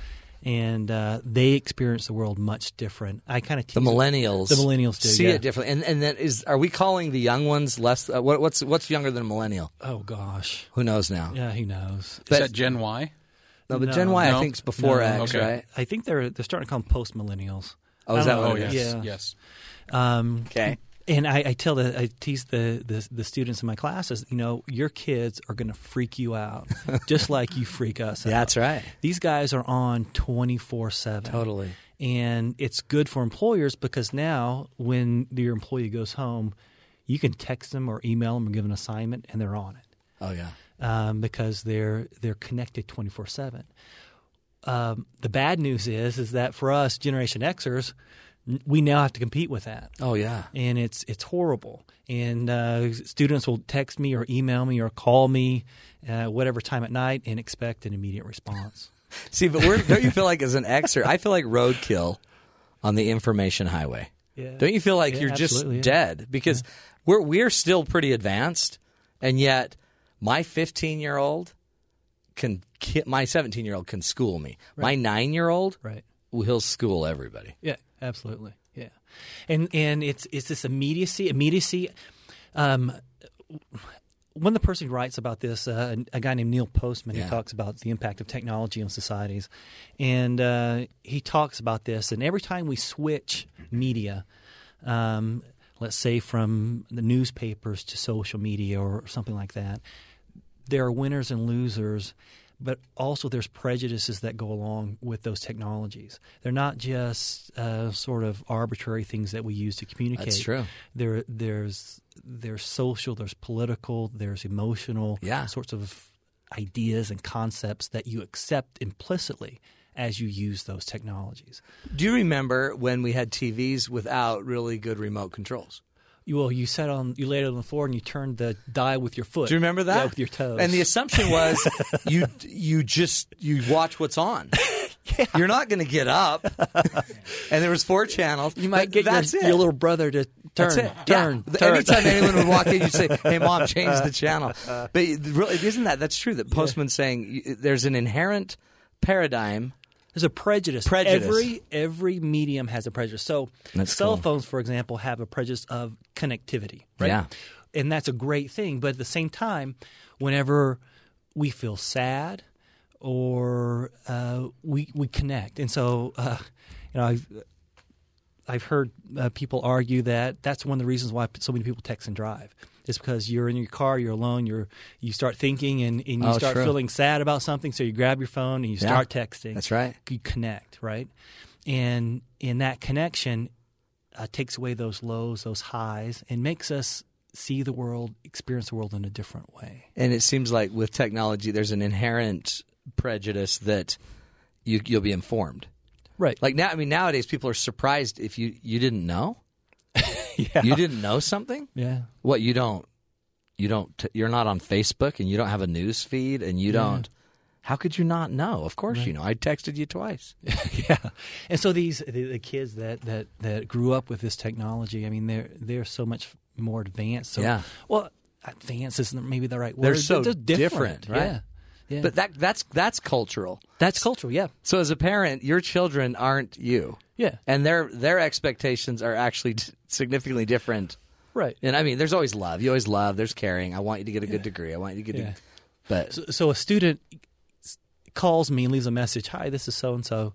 D: And uh, they experience the world much different. I kind of
A: The millennials,
D: The millennials do,
A: see
D: yeah.
A: it differently, and and then is are we calling the young ones less? Uh, what, what's what's younger than a millennial?
D: Oh gosh.
A: Who knows now?
D: Yeah, who knows?
A: But-
B: that Gen Y?
A: no, but Gen Y I
B: No.
A: think is before
D: No.
A: X,
B: Okay.
A: right?
D: I think they're they're starting to call them post millennials.
A: Oh, is that
B: Oh
A: what it
B: yes,
A: is?
D: Yeah.
B: yes.
D: Um,
A: Okay.
D: and I, I tell the I tease the, the the students in my classes. You know, your kids are going to freak you out, just like you freak us. out.
A: That's right.
D: These guys are on twenty four seven.
A: Totally.
D: and it's good for employers because now when your employee goes home, you can text them or email them or give an assignment, and they're on it
A: Oh yeah.
D: um, because they're they're connected twenty four seven. Um, The bad news is is that for us Generation Xers, n- we now have to compete with that
A: Oh yeah.
D: and it's it's horrible. And uh, students will text me or email me or call me, uh, whatever time at night, and expect an immediate response.
A: See, but we're, don't you feel like as an Xer, I feel like roadkill on the information highway.
D: Yeah.
A: Don't you feel like
D: Yeah,
A: you're just
D: absolutely, yeah.
A: dead because we're we're still pretty advanced, and yet my 15 year old can ki- my 17 year old can school me. My nine year old
D: right.
A: he'll school everybody.
D: Yeah. Absolutely. Yeah. And and it's it's this immediacy. Immediacy. Um, one of the person who writes about this, uh, a guy named Neil Postman,
A: Yeah.
D: he talks about the impact of technology on societies, and uh, he talks about this. And every time we switch media, um, let's say from the newspapers to social media or something like that, there are winners and losers, but also there's prejudices that go along with those technologies. They're not just uh, sort of arbitrary things that we use to communicate.
A: true.
D: There, there's there's social, there's political, there's emotional
A: Yeah.
D: sorts of ideas and concepts that you accept implicitly as you use those technologies.
A: Do you remember when we had TVs without really good remote controls?
D: You, well, you sat on, you laid it on the floor and you turned the dial with your foot.
A: Do you remember that?
D: Yeah, with your toes.
A: And the assumption was you you just you watch what's on. You're not going to get up. and there was four channels.
D: you might
A: but
D: get
A: that's
D: your,
A: it.
D: your little brother to turn,
A: That's it.
D: turn,
A: yeah. The-
D: turn. Uh,
A: Anytime anyone would walk in, you'd say, "Hey, mom, change the channel." But really, isn't that that's true? That Postman's saying y- there's an inherent paradigm.
D: There's a prejudice.
A: Prejudice.
D: Every every medium has a prejudice. So
A: That's
D: cell
A: cool.
D: phones, for example, have a prejudice of connectivity, right?
A: Yeah.
D: And that's a great thing. But at the same time, whenever we feel sad or uh, we we connect, and so uh, you know, I've I've heard uh, people argue that that's one of the reasons why so many people text and drive. It's because you're in your car, you're alone, you're you start thinking and, and you
A: Oh,
D: start
A: true.
D: feeling sad about something, so you grab your phone and you
A: Yeah.
D: start texting.
A: That's right.
D: You connect, right? And in that connection, uh, takes away those lows, those highs, and makes us see the world, experience the world in a different way.
A: And it seems like with technology, there's an inherent prejudice that you, you'll be informed.
D: Right.
A: Like now, I mean, nowadays people are surprised if you you didn't know.
D: yeah.
A: You didn't know something.
D: yeah.
A: What you don't, you don't, t- you're not on Facebook and you don't have a news feed and you don't. How could you not know? Of course you know. I texted you twice.
D: yeah. And so these the, the kids that, that that grew up with this technology. I mean, they're they're so much more advanced. So,
A: Yeah.
D: Well, advanced isn't maybe the right word.
A: They're so
D: just
A: different, right?
D: Yeah. Yeah.
A: But that that's that's cultural.
D: that's cultural. Yeah.
A: So as a parent, your children aren't you.
D: Yeah.
A: And their their expectations are actually t- significantly different.
D: Right.
A: And I mean, there's always love. You always love. There's caring. I want you to get a good degree. I want you to get.
D: Yeah.
A: A, but
D: So a student calls me and leaves a message. Hi, this is so and so.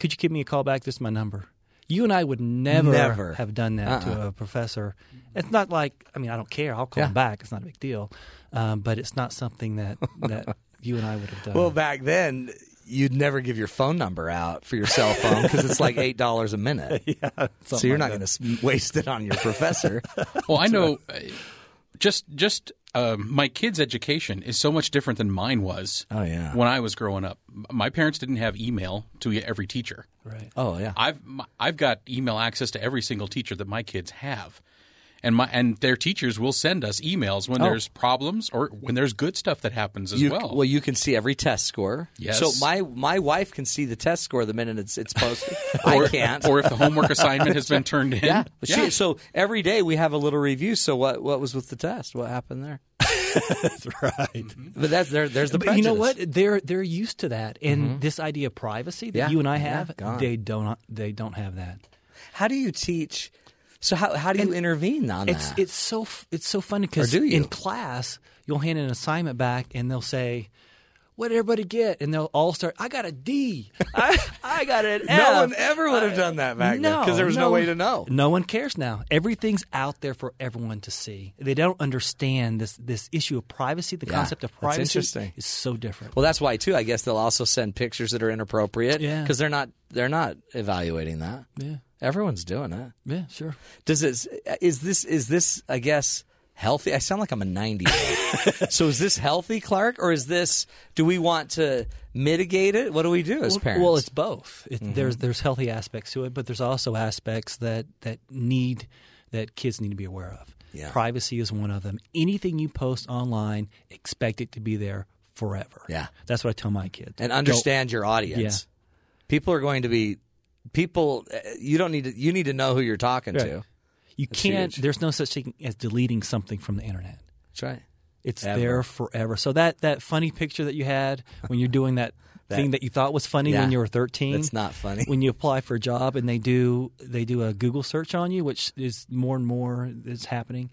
D: Could you give me a call back? This is my number. You and I would never,
A: Never. Uh-uh.
D: have done that to a professor. It's not like I mean I don't care. I'll call
A: Yeah.
D: him back. It's not a big deal, um, but it's not something that that you and I would have done.
A: well, back then. You'd never give your phone number out for your cell phone because it's like eight dollars a minute. so you're not going to waste it on your professor.
B: Well, I know uh, just just um my kids' education is so much different than mine was.
A: Oh, yeah.
B: when I was growing up, M- my parents didn't have email to every teacher.
D: right.
A: oh yeah,
B: I've m- I've got email access to every single teacher that my kids have. And my and their teachers will send us emails when there's problems or when there's good stuff that happens as
A: Oh. you,
B: well.
A: you can see every test score.
B: Yes.
A: So my my wife can see the test score the minute it's it's posted. I can't.
B: or if the homework assignment has been turned in.
A: yeah. She- so every day we have a little review. So what what was with the test? What happened there? that's right. But that's there. There's the.
D: But you know
A: prejudice. Mm-hmm.
D: what? They're they're used to that, and this idea of privacy that
A: Yeah.
D: you and I
A: Yeah,
D: have,
A: gone.
D: they don't they don't have that.
A: How do you teach? So how how do you intervene on
D: It's
A: that?
D: it's so f- it's so funny because
A: Or do you?
D: in class you'll hand an assignment back and they'll say, "What did everybody get?" And they'll all start, "I got a D. I, I got an F."
A: no one ever would have done that back then
D: No,
A: because there was no, way to know.
D: No one cares now. Everything's out there for everyone to see. They don't understand this this issue of privacy. The
A: Yeah,
D: concept of
A: that's
D: privacy
A: interesting.
D: is so different.
A: Well, that's why too. I guess they'll also send pictures that are inappropriate because
D: Yeah.
A: they're not they're not evaluating that.
D: yeah,
A: Everyone's doing it.
D: yeah, sure.
A: Does it is this is this I guess healthy? I sound like I'm a 90. so is this healthy, Clark, or is this do we want to mitigate it? What do we do as
D: Well,
A: parents? Mm-hmm.
D: Well, it's both. It, There's there's healthy aspects to it, but there's also aspects that that need that kids need to be aware of.
A: Yeah.
D: Privacy is one of them. Anything you post online, expect it to be there forever.
A: Yeah.
D: that's what I tell my kids.
A: and understand your audience. People are going to be people uh, you don't need to you need to know who you're talking
D: Right.
A: to.
D: you can't.
A: huge.
D: There's no such thing as deleting something from the internet.
A: That's right.
D: It's
A: Ever.
D: there forever. So that that funny picture that you had when you're doing that. thing that you thought was funny
A: Yeah.
D: when you were 13
A: That's not funny.
D: when you apply for a job and they do they do a Google search on you, which is more and more is happening,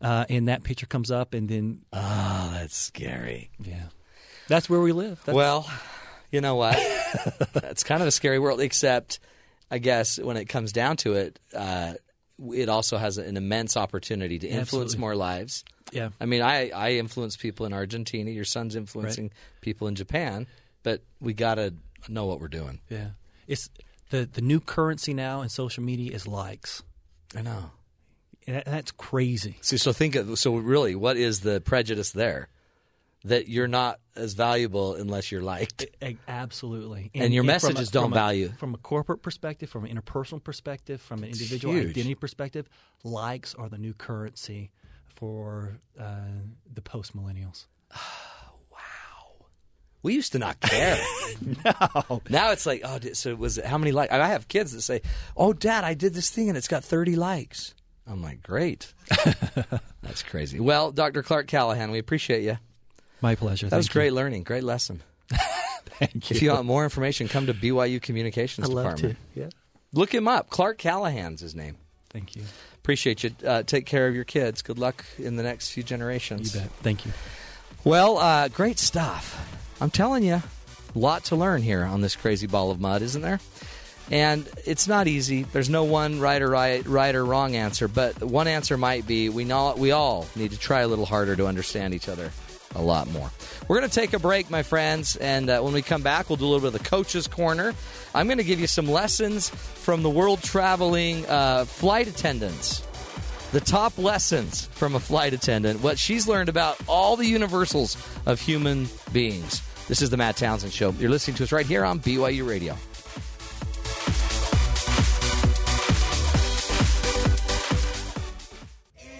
D: uh, and that picture comes up, and then
A: Oh, that's scary.
D: yeah, that's where we live. That's,
A: Well, you know what? it's kind of a scary world, except I guess when it comes down to it, uh, it also has an immense opportunity to influence
D: Absolutely.
A: more lives.
D: yeah,
A: I mean, I, I influence people in Argentina. Your son's influencing people in Japan, but we got to know what we're doing.
D: yeah. It's the the new currency now in social media is likes.
A: I know.
D: And that, that's crazy.
A: So, so think of so really, what is the prejudice there? that you're not as valuable unless you're liked.
D: A- Absolutely.
A: And your
D: from
A: messages
D: from
A: don't value.
D: From a corporate perspective, from an interpersonal perspective, from an individual
A: huge.
D: identity perspective, likes are the new currency for uh, the post millennials.
A: We used to not care. no. Now it's like, oh, did- so was it how many likes? And I have kids that say, "Oh, Dad, I did this thing and it's got 30 likes." I'm like, great. That's crazy. Well, Dr. Clark Callahan, we appreciate you.
D: My pleasure.
A: That was great learning, great lesson.
D: Thank
A: If you want more information, come to BYU Communications
D: I love to.
A: Department.
D: Yeah.
A: Look him up. Clark Callahan's his name.
D: Thank you.
A: Appreciate you. Uh, take care of your kids. Good luck in the next few
D: You
A: generations.
D: bet. Thank you.
A: Well, uh, great stuff. I'm telling you, a lot to learn here on this crazy ball of mud, isn't there? And it's not easy. There's no one right or right, right or wrong answer, but one answer might be we know we all need to try a little harder to understand each other a lot more. We're going to take a break, my friends, and uh, when we come back, we'll do a little bit of the coach's corner. I'm going to give you some lessons from the world traveling uh, flight attendants the top lessons from a flight attendant, what she's learned about all the universals of human beings. This is the Matt Townsend Show. You're listening to us right here on BYU Radio.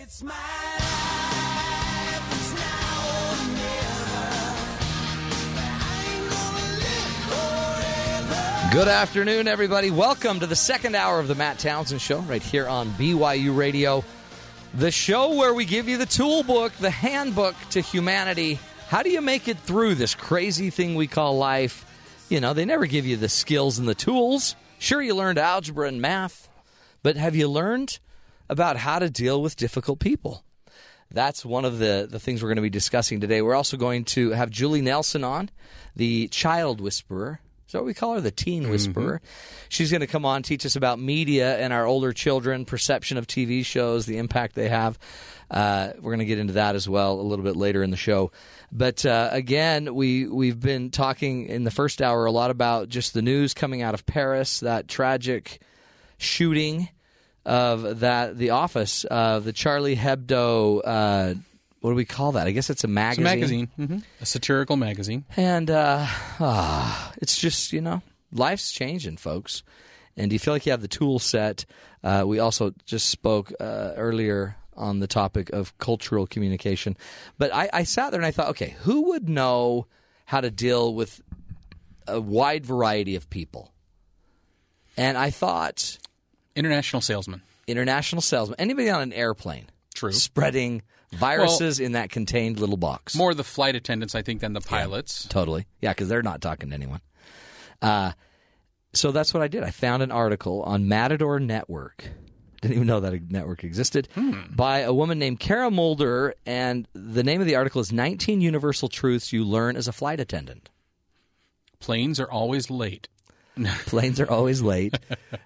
C: It's my life, it's now or never. I ain't gonna live forever.
A: Good afternoon, everybody. Welcome to the second hour of the Matt Townsend Show right here on BYU Radio, the show where we give you the tool book, the handbook to humanity. How do you make it through this crazy thing we call life? You know, they never give you the skills and the tools. Sure, you learned algebra and math, but have you learned about how to deal with difficult people? That's one of the, the things we're going to be discussing today. We're also going to have Julie Nelson on, the child whisperer. Is that what we call her? The teen whisperer. She's going to come on, teach us about media and our older children, perception of TV shows, the impact they have. Uh, we're going to get into that as well a little bit later in the show. But uh, again, we, we've been talking in the first hour a lot about just the news coming out of Paris, that tragic shooting of that the office of the Charlie Hebdo. Uh, what do we call that? I guess it's a
B: It's a
A: magazine. Mm-hmm.
B: magazine, hmm a satirical magazine.
A: And uh, ah, it's just you know life's changing, folks. And do you feel like you have the tool set? Uh, we also just spoke uh, earlier on the topic of cultural communication, but I, I sat there and I thought, okay, who would know how to deal with a wide variety of people? And I thought,
B: International salesman.
A: international salesman, anybody on an airplane,
B: True.
A: spreading viruses in that contained little box.
B: More the flight attendants, I think, than the pilots.
A: Totally, yeah, because they're not talking to anyone. Uh, so that's what I did. I found an article on Matador Network. Didn't even know that a network existed
B: Hmm.
A: by a woman named Kara Mulder, and the name of the article is "19 Universal Truths You Learn as a Flight Attendant."
B: Planes are always late.
A: Planes are always late.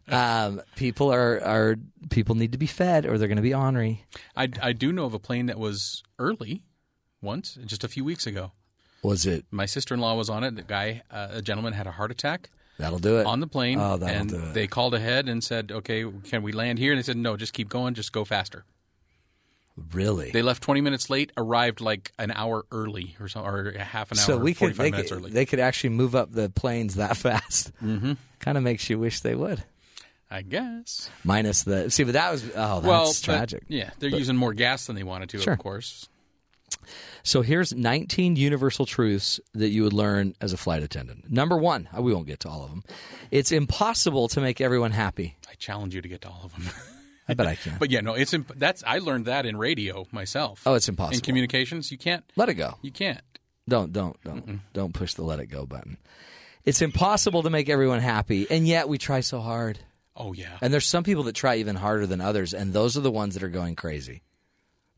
A: um, people are are people need to be fed, or they're going to be ornery.
B: I, I do know of a plane that was early once, just a few weeks ago.
A: Was it?
B: My sister in law was on it. The guy, uh, a gentleman, had a heart attack
A: That'll do it.
B: on the plane,
A: Oh, that'll
B: and
A: do it.
B: they called ahead and said, "Okay, can we land here?" And they said, "No, just keep going, just go faster."
A: Really?
B: They left 20 minutes late, arrived like an hour early or so, or a half an hour,
A: so we could
B: 45
A: they,
B: minutes
A: could
B: early.
A: they could actually move up the planes that fast. Mm-hmm. kind of makes you wish they would.
B: I guess.
A: Minus the see, but that was oh, that's
B: well, but-
A: tragic.
B: yeah, they're using more gas than they wanted to,
A: Sure.
B: of course.
A: So here's 19 universal truths that you would learn as a flight attendant. Number one, uh, we won't get to all of them. It's impossible to make everyone happy.
B: I challenge you to get to all of them.
A: I bet I can.
B: but yeah, no, it's imp- that's I learned that in radio myself.
A: oh, it's impossible.
B: in communications, you can't.
A: Let it go.
B: You can't.
A: Don't don't don't don't push the let it go button. It's impossible to make everyone happy, and yet we try so hard.
B: Oh yeah.
A: And there's some people that try even harder than others, and those are the ones that are going crazy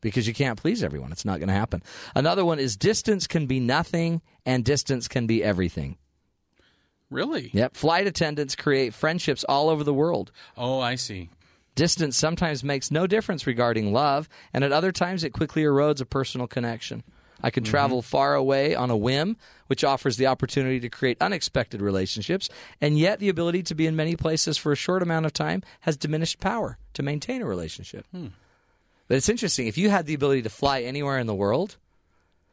A: because you can't please everyone. It's not going to happen. Another one is distance can be nothing, and distance can be everything.
B: Really?
A: Yep. Flight attendants create friendships all over the world.
B: Oh, I see.
A: Distance sometimes makes no difference regarding love, and at other times it quickly erodes a personal connection. I can travel far away on a whim, which offers the opportunity to create unexpected relationships, and yet the ability to be in many places for a short amount of time has diminished power to maintain a relationship. But it's interesting. If you had the ability to fly anywhere in the world,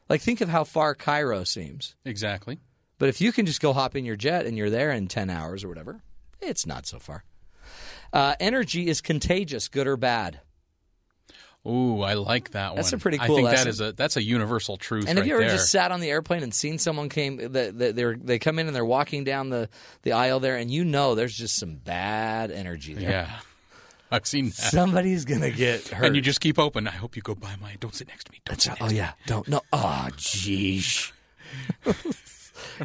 A: Like, think of how far Cairo seems.
B: Exactly.
A: But if you can just go hop in your jet and you're there in 10 hours or whatever, it's not so far. Uh, energy is contagious, good or bad.
B: Ooh, I like that one.
A: That's a pretty
B: I
A: cool
B: think
A: lesson.
B: that is a that's a universal truth.
A: And have
B: right
A: you ever
B: there.
A: just sat on the airplane and seen someone came that that they're they come in and they're walking down the the aisle there and you know there's just some bad energy there.
B: Yeah, I've seen that.
A: Somebody's going to get hurt.
B: and you just keep open. I hope you go by my. Don't sit next to me. Don't sit
A: Oh
B: next to
A: yeah, don't no. Oh jeez.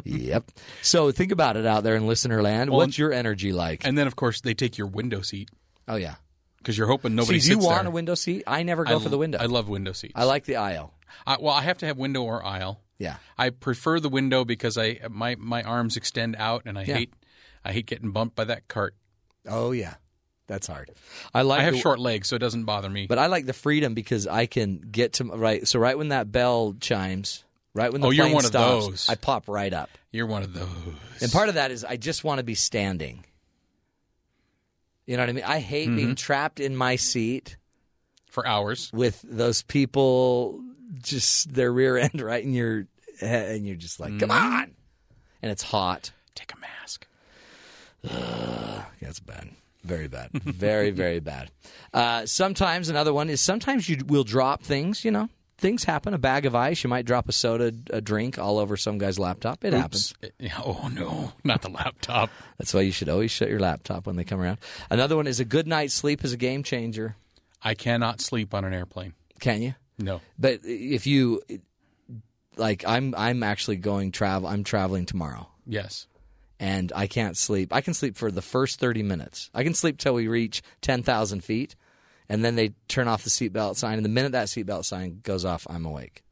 A: yep. So think about it out there in listener land. What's your energy like?
B: me. And then of course they take your window seat
A: oh yeah.
B: because you're hoping
A: So
B: nobody
A: do you
B: sits
A: want
B: there.
A: a window seat? I never go
B: I,
A: for the window.
B: I love window seats.
A: I like the aisle.
B: I, well, I have to have window or aisle.
A: Yeah.
B: I prefer the window because I my my arms extend out, and I
A: Yeah.
B: hate I hate getting bumped by that cart.
A: Oh yeah. That's hard. I like
B: I have
A: the,
B: short legs, so it doesn't bother me.
A: but I like the freedom because I can get to right. So right when that bell chimes, right when the
B: Oh, you're
A: plane
B: one of
A: stops,
B: those.
A: I pop right up.
B: You're one of those.
A: And part of that is I just want to be standing. You know what I mean? I hate
B: Mm-hmm.
A: being trapped in my seat.
B: for hours.
A: with those people just their rear end right in your head and you're just like come
B: Mm-hmm.
A: on and it's hot
B: Take a mask.
A: yeah it's bad very bad very very bad uh, sometimes another one is sometimes you will drop things you know things happen a bag of ice you might drop a soda a drink all over some guy's laptop it happens
B: Yeah, Oh no, not the laptop.
A: that's why you should always shut your laptop when they come around another one is a good night's sleep is a game changer
B: I cannot sleep on an airplane.
A: can you
B: No.
A: But if you like, I'm I'm actually going travel. I'm traveling tomorrow,
B: Yes.
A: and I can't sleep. I can sleep for the first thirty minutes. I can sleep till we reach ten thousand feet, and then they turn off the seatbelt sign. And the minute that seatbelt sign goes off, I'm awake.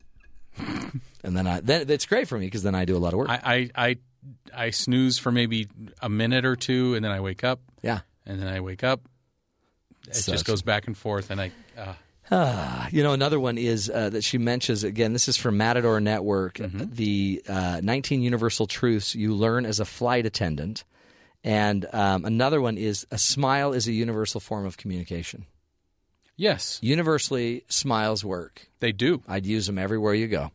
A: and then I then it's great for me because then I do a lot of work.
B: I, I I I snooze for maybe a minute or two, and then I wake up,
A: yeah,
B: and then I wake up. It
A: Sucks.
B: just goes back and forth, and I. Uh,
A: you know another one is uh, that she mentions again. This is from Matador Network. The uh, 19 universal truths you learn as a flight attendant, and um, another one is a smile is a universal form of communication.
B: yes,
A: Universally, smiles work.
B: they do.
A: I'd use them everywhere you go.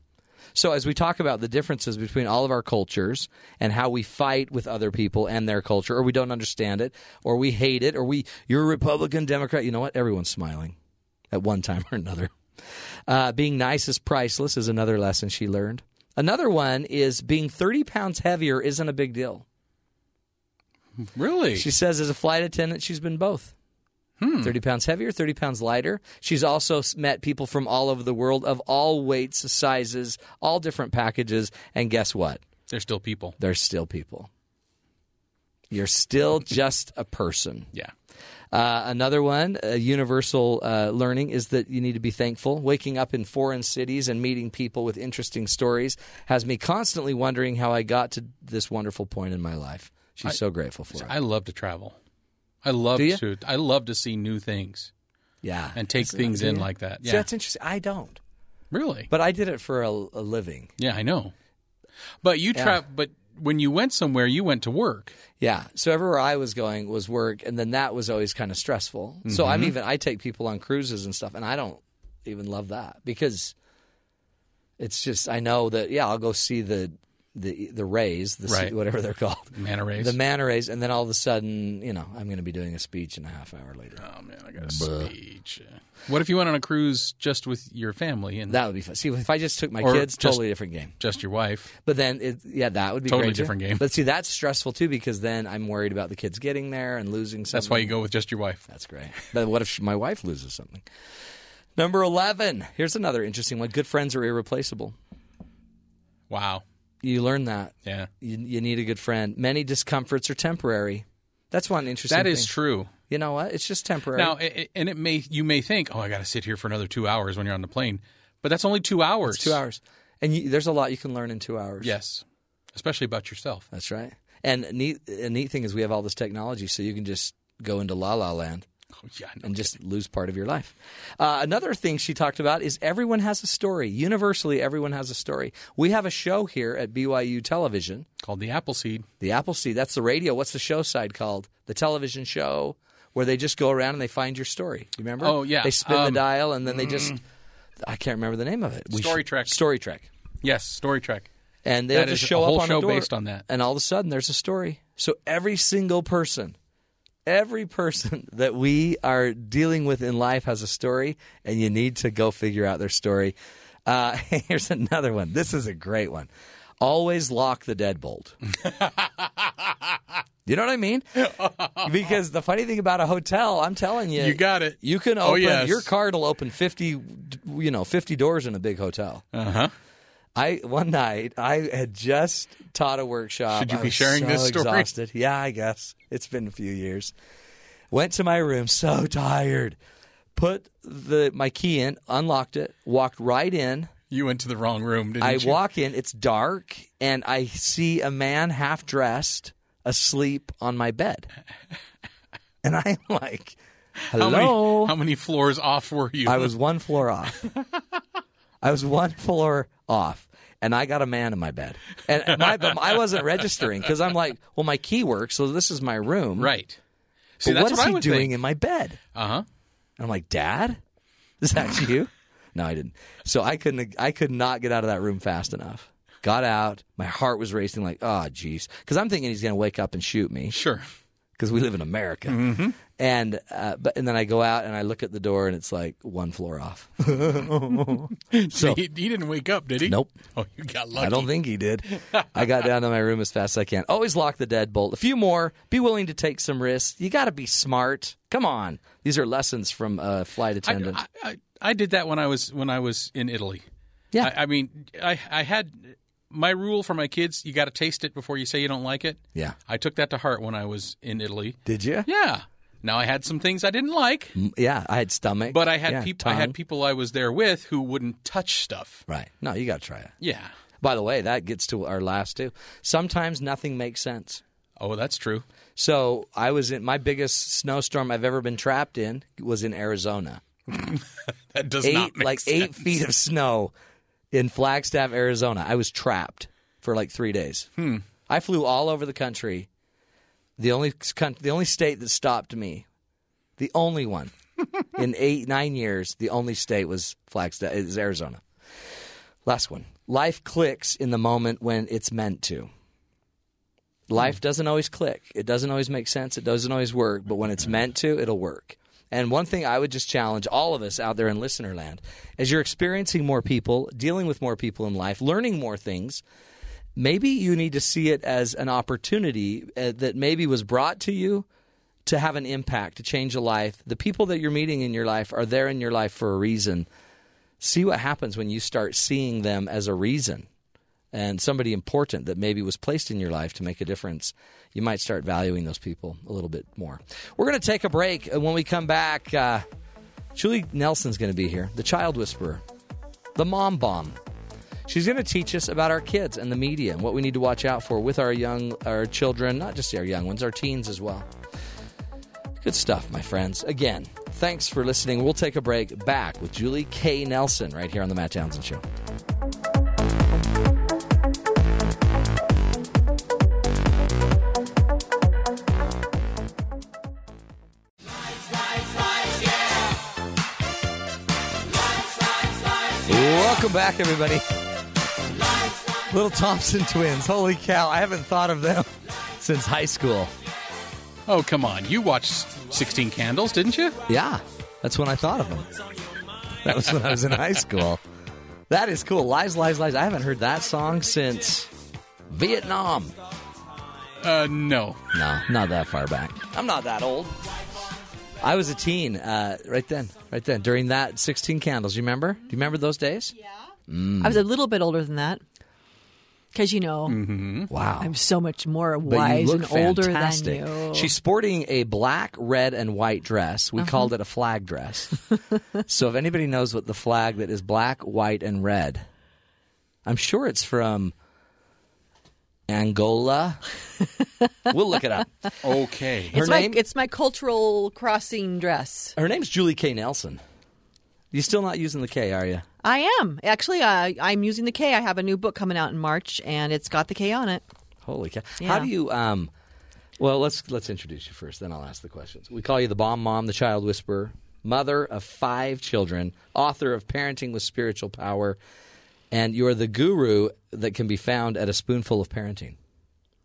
A: So as we talk about the differences between all of our cultures and how we fight with other people and their culture, or we don't understand it, or we hate it, or we you're a Republican, Democrat, you know what? Everyone's smiling at one time or another. Uh, being nice is priceless is another lesson she learned. Another one is being 30 pounds heavier isn't a big deal.
B: Really?
A: She says, as a flight attendant, she's been both.
B: Hmm.
A: 30 pounds heavier, 30 pounds lighter. She's also s- met people from all over the world of all weights, sizes, all different packages. And guess what?
B: They're still people.
A: They're still people. You're still just a person.
B: Yeah.
A: Uh, another one, uh, universal uh, learning, is that you need to be thankful. Waking up in foreign cities and meeting people with interesting stories has me constantly wondering how I got to this wonderful point in my life. She's so grateful for it.
B: I love to travel. I love
A: Do you?
B: to. I love to see new things
A: yeah.
B: and take things in like that.
A: See,
B: Yeah.
A: that's interesting. I don't,
B: Really?
A: but I did it for a, a living.
B: Yeah, I know. But you
A: Yeah.
B: travel. But when you went somewhere, you went to work.
A: Yeah. So everywhere I was going was work, and then that was always kind of stressful. So
B: Mm-hmm.
A: I'm even I take people on cruises and stuff, and I don't even love that because it's just I know that yeah I'll go see the the the rays the sea-
B: Right.
A: whatever they're called
B: Manta rays.
A: the manta rays, and then all of a sudden you know I'm going to be doing a speech in a half hour later.
B: Oh man, I got a speech. What if you went on a cruise just with your family and
A: That would be fun. See, if I just took my
B: Or
A: kids,
B: just-
A: totally different game.
B: just your wife?
A: But then, it, yeah, that would be
B: Totally
A: great, too.
B: different game.
A: But see, that's stressful too because then I'm worried about the kids getting there and losing something.
B: That's why you go with just your wife.
A: That's great. But what if she- my wife loses something? Number eleven. Here's another interesting one. Good friends are irreplaceable.
B: Wow.
A: You learn that.
B: Yeah.
A: You, you need a good friend. Many discomforts are temporary. That's one interesting.
B: That is
A: thing.
B: true.
A: You know what? It's just temporary.
B: Now, i- i- and it may you may think, oh, I got to sit here for another two hours when you're on the plane, but that's only two hours.
A: it's two hours, and you, there's a lot you can learn in two hours.
B: Yes, especially about yourself.
A: that's right. And neat, a neat thing is we have all this technology, so you can just go into La La Land.
B: Oh, yeah. I know.
A: and just lose part of your life. Uh, another thing she talked about is everyone has a story. Universally, everyone has a story. We have a show here at BYU Television,
B: called the Appleseed.
A: the Appleseed. That's the radio. What's the show side called? The television show where they just go around and they find your story. You remember?
B: Oh, yeah.
A: They spin the
B: Um,
A: dial and then they just. I can't remember the name of it. We
B: Story Trek.
A: Story Trek.
B: Yes, story track.
A: and they'll
B: That
A: just
B: is
A: show
B: a whole
A: up on
B: show
A: a door,
B: based on that.
A: and all of a sudden there's a story. So every single person, every person that we are dealing with in life has a story, and you need to go figure out their story. Uh, here's another one. This is a great one. Always lock the deadbolt. you know what I mean? Because the funny thing about a hotel, I'm telling you,
B: You got it.
A: You can open
B: Oh, yes.
A: your card will open fifty, you know, fifty doors in a big hotel.
B: Uh huh.
A: I one night I had just taught a workshop.
B: Should you
A: I
B: be
A: was
B: sharing
A: so
B: this story?
A: Exhausted. Yeah, I guess it's been a few years. Went to my room, so tired. Put the my key in, unlocked it, walked right in.
B: You went to the wrong room, didn't
A: I
B: you?
A: walk in. It's dark, and I see a man half dressed asleep on my bed, and I'm like,
B: How many,
A: "Hello."
B: how many floors off were you?
A: I was one floor off. I was one floor off, and I got a man in my bed. And my, but I wasn't registering because I'm like, well, my key works, so this is my room.
B: right. See,
A: But
B: that's
A: what is
B: what I
A: he
B: would
A: doing
B: think.
A: in my bed?
B: Uh huh.
A: And I'm like, Dad, is that you? no, I didn't. So I couldn't. I could not get out of that room fast enough. Got out. My heart was racing, like, oh, jeez, because I'm thinking he's going to wake up and shoot me
B: Sure.
A: because we live in America.
B: Mm-hmm.
A: And uh, but and then I go out and I look at the door and it's like one floor off.
B: So he, he didn't wake up, did he?
A: Nope.
B: Oh, you got lucky.
A: I don't think he did. I got down to my room as fast as I can. Always lock the deadbolt. A few more. Be willing to take some risks. You got to be smart. Come on. These are lessons from a flight
B: I,
A: attendant.
B: I, I, I did that when I was when I was in Italy.
A: yeah.
B: I, I mean, I I had my rule for my kids: you got to taste it before you say you don't like it.
A: yeah.
B: I took that to heart when I was in Italy.
A: Did you?
B: Yeah. Now I had some things I didn't like,
A: Mm, Yeah. I had stomach.
B: but I had
A: yeah,
B: people I
A: tongue.
B: had people I was there with who wouldn't touch stuff.
A: Right. No, you got to try it.
B: Yeah.
A: By the way, that gets to our last two. Sometimes nothing makes sense.
B: Oh, that's true.
A: So I was in my biggest snowstorm I've ever been trapped in was in Arizona.
B: That does not
A: eight
B: make
A: like
B: sense.
A: eight feet of snow in Flagstaff, Arizona. I was trapped for like three days. Hmm. I flew all over the country. The only coun- the only state that stopped me, the only one in eight nine years, the only state was Flagstaff is Arizona. Last one. Life clicks in the moment when it's meant to. Life doesn't always click. It doesn't always make sense. It doesn't always work. But when it's meant to, it'll work. And one thing I would just challenge all of us out there in listener land as you're experiencing more people, dealing with more people in life, learning more things, maybe you need to see it as an opportunity uh, that maybe was brought to you to have an impact, to change a life. The people that you're meeting in your life are there in your life for a reason. See what happens when you start seeing them as a reason and somebody important that maybe was placed in your life to make a difference, you might start valuing those people a little bit more. We're going to take a break. And when we come back, uh, Julie Nelson's going to be here, the child whisperer, the mom bomb. She's going to teach us about our kids and the media and what we need to watch out for with our young, our children, not just our young ones, our teens as well. Good stuff, my friends. Again, thanks for listening. We'll take a break back with Julie K. Nelson right here on The Matt Townsend Show. Welcome back, everybody. Little Thompson twins. Holy cow, I haven't thought of them since high school.
B: Oh, come on. You watched 16 Candles, didn't you?
A: Yeah, that's when I thought of them. That was when I was in high school. That is cool. Lies, lies, lies. I haven't heard that song since Vietnam.
B: Uh, no.
A: No, not that far back. I'm not that old. I was a teen uh, right then, right then, during that 16 Candles. You remember? Do you remember those days?
F: I was a little bit older than that. Because, you know,
A: Wow.
F: I'm so much more
A: Mm-hmm. but
F: wise
A: you look
F: and older
A: fantastic.
F: than you. Uh-huh.
A: She's sporting a black, red, and white dress. We called it a flag dress. so if anybody knows what the flag that is black, white, and red, I'm sure it's from Angola. we'll look it up.
B: Okay.
A: Her
F: it's,
A: name-
F: my, it's my cultural crossing dress.
A: Her name's Julie K. Nelson. You're still not using the K, are you?
F: I am. Actually, uh, I'm using the K. I have a new book coming out in March, and it's got the K on it.
A: Holy cow! How
F: Yeah.
A: do you? Um, well, let's let's introduce you first, then I'll ask the questions. We call you the bomb mom, the child whisperer, mother of five children, author of Parenting with Spiritual Power, and you are the guru that can be found at a spoonful of parenting.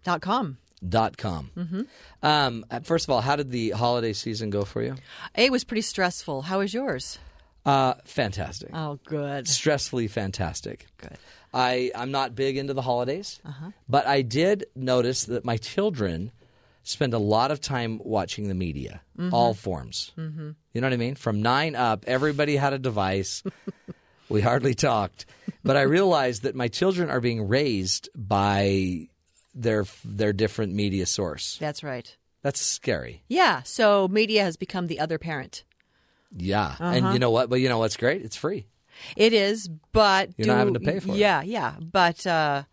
F: Dot com.
A: Dot com. Um, uh, first of all, how did the holiday season go for you?
F: It was pretty stressful. How was yours?
A: Uh, fantastic.
F: Oh, good.
A: stressfully fantastic.
F: Good.
A: I I'm not big into the holidays, but I did notice that my children spend a lot of time watching the media, all forms. Mm-hmm. You know what I mean? From nine up, everybody had a device. we hardly talked, but I realized that my children are being raised by their their different media source.
F: That's right.
A: That's scary.
F: Yeah. So media has become the other parent.
A: Yeah, and you know what? But you know what's great? It's free.
F: It is, but
A: You're
F: do,
A: not having to pay for it.
F: Yeah, yeah. But uh,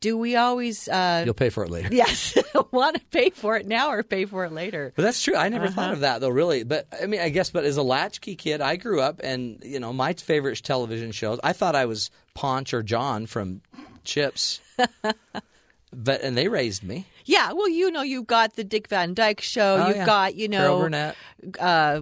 F: do we always? Uh,
A: You'll pay for it later.
F: yes, want to pay for it now or pay for it later?
A: But that's true. I never
F: Uh-huh.
A: thought of that though, really. But I mean, I guess, but as a latchkey kid, I grew up and, you know, my favorite television shows, I thought I was Ponch or John from Chips. but, and they raised me.
F: Yeah. Well, you know, you got the Dick Van Dyke Show.
A: Oh,
F: you've
A: yeah.
F: got, you
A: Carol
F: know,
A: Burnett,
F: uh,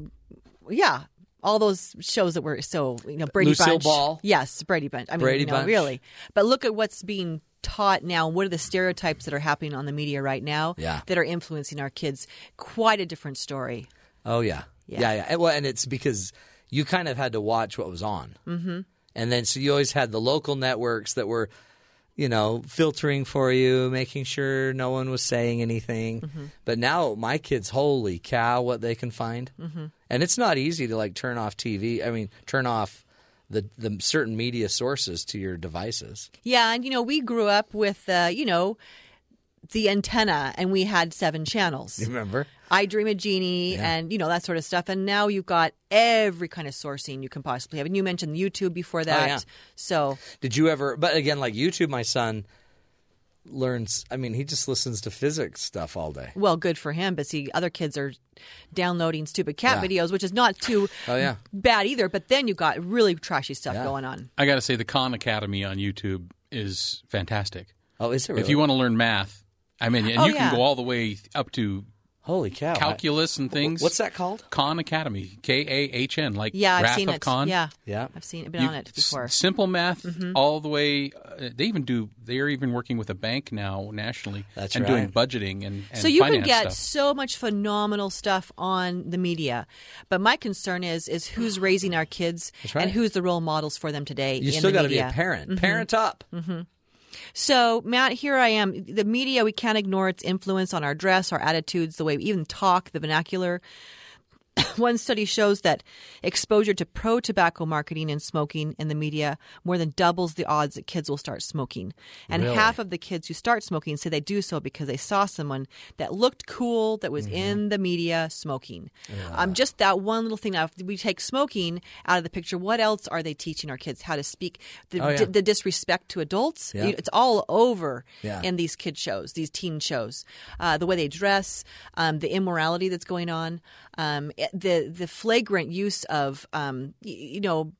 F: yeah, all those shows that were so you know Brady
A: Lucille
F: Bunch.
A: Ball.
F: Yes, Brady Bunch. I mean,
A: Brady
F: no,
A: Bunch.
F: really. But look at what's being taught now. What are the stereotypes that are happening on the media right now?
A: Yeah.
F: that are influencing our kids. Quite a different story.
A: Oh yeah. yeah,
F: Yeah.
A: yeah, And, well, and it's because you kind of had to watch what was on, mm-hmm. and then so you always had the local networks that were, you know, filtering for you, making sure no one was saying anything. But now my kids, holy cow, what they can find, mm-hmm. and it's not easy to like turn off TV. I mean, turn off. The, the certain media sources to your devices.
F: Yeah, and you know, we grew up with uh, you know the antenna, and we had seven channels.
A: Remember?
F: I Dream a Genie, and you know that sort of stuff. And now you've got every kind of sourcing you can possibly have. And you mentioned YouTube before that,
A: Oh, yeah.
F: so
A: Did you ever? But again, like YouTube, my son learns. I mean, he just listens to physics stuff all day.
F: well, good for him. But see, other kids are downloading stupid cat
A: Yeah.
F: videos, which is not too
A: Oh, yeah.
F: bad either. But then you got really trashy stuff
A: Yeah.
F: going on.
B: I got to say, the Khan Academy on YouTube is fantastic.
A: Oh, is it? Really?
B: If you want to learn math, I mean, and
F: Oh,
B: you
F: yeah.
B: can go all the way up to
A: Holy cow!
B: calculus and things.
A: What's that called?
B: Khan Academy, K A H N, like
F: Yeah,
B: Wrath
F: I've seen
B: of
F: it.
B: Khan.
F: Yeah,
A: Yeah.
F: I've seen. I've been
B: You-
F: on it
B: s-
F: before. Mm-hmm.
B: simple math all the way. Uh, they even do. They are even working with a bank now nationally
A: That's
B: and
A: right.
B: doing budgeting and, and
F: so you can
B: finance
F: get
B: stuff.
F: so much phenomenal stuff on the media but my concern is is who's raising our kids
A: right.
F: and who's the role models for them today
A: You
F: in
A: still
F: the
A: got to be a
F: media.
A: parent. Parent up.
F: Mm-hmm. so matt here i am the media we can't ignore its influence on our dress our attitudes the way we even talk the vernacular one study shows that exposure to pro tobacco marketing and smoking in the media more than doubles the odds that kids will start smoking. And half of the kids who start smoking say they do so because they saw someone that looked cool, that
A: Mm-hmm.
F: was in the media smoking. Um, just that one little thing. Now, if we take smoking out of the picture, what else are they teaching our kids? How to speak, the,
A: Oh, yeah.
F: di- the disrespect to adults.
A: Yeah.
F: You- It's all over
A: Yeah.
F: in these kid shows, these teen shows, uh, the way they dress, um, the immorality that's going on, um, it- the the flagrant use of um, y- you know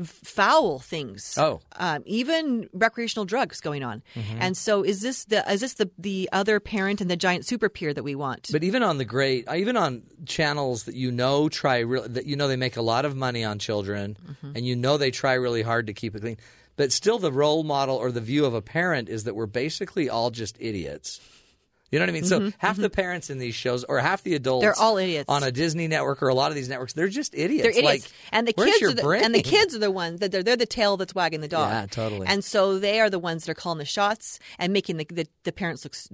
F: f- foul things.
A: Oh.
F: um, even recreational drugs going on. And so, is this the is this the the other parent and the giant super peer that we want?
A: But even on the great, uh, even on channels that you know try real, that you know they make a lot of money on children,
F: Mm-hmm.
A: and you know they try really hard to keep it clean. But still, the role model or the view of a parent is that we're basically all just idiots. You know what I mean? so half the parents in these shows, or half the adults,
F: Mm-hmm. They're all idiots.
A: on a Disney network or a lot of these networks. They're just idiots.
F: they're idiots,
A: Like,
F: and the
A: where's
F: kids
A: your
F: are the,
A: brain?
F: and the kids are the ones that they're, they're the tail that's wagging the dog.
A: Yeah, totally.
F: And so they are the ones that are calling the shots and making the the, the parents look s-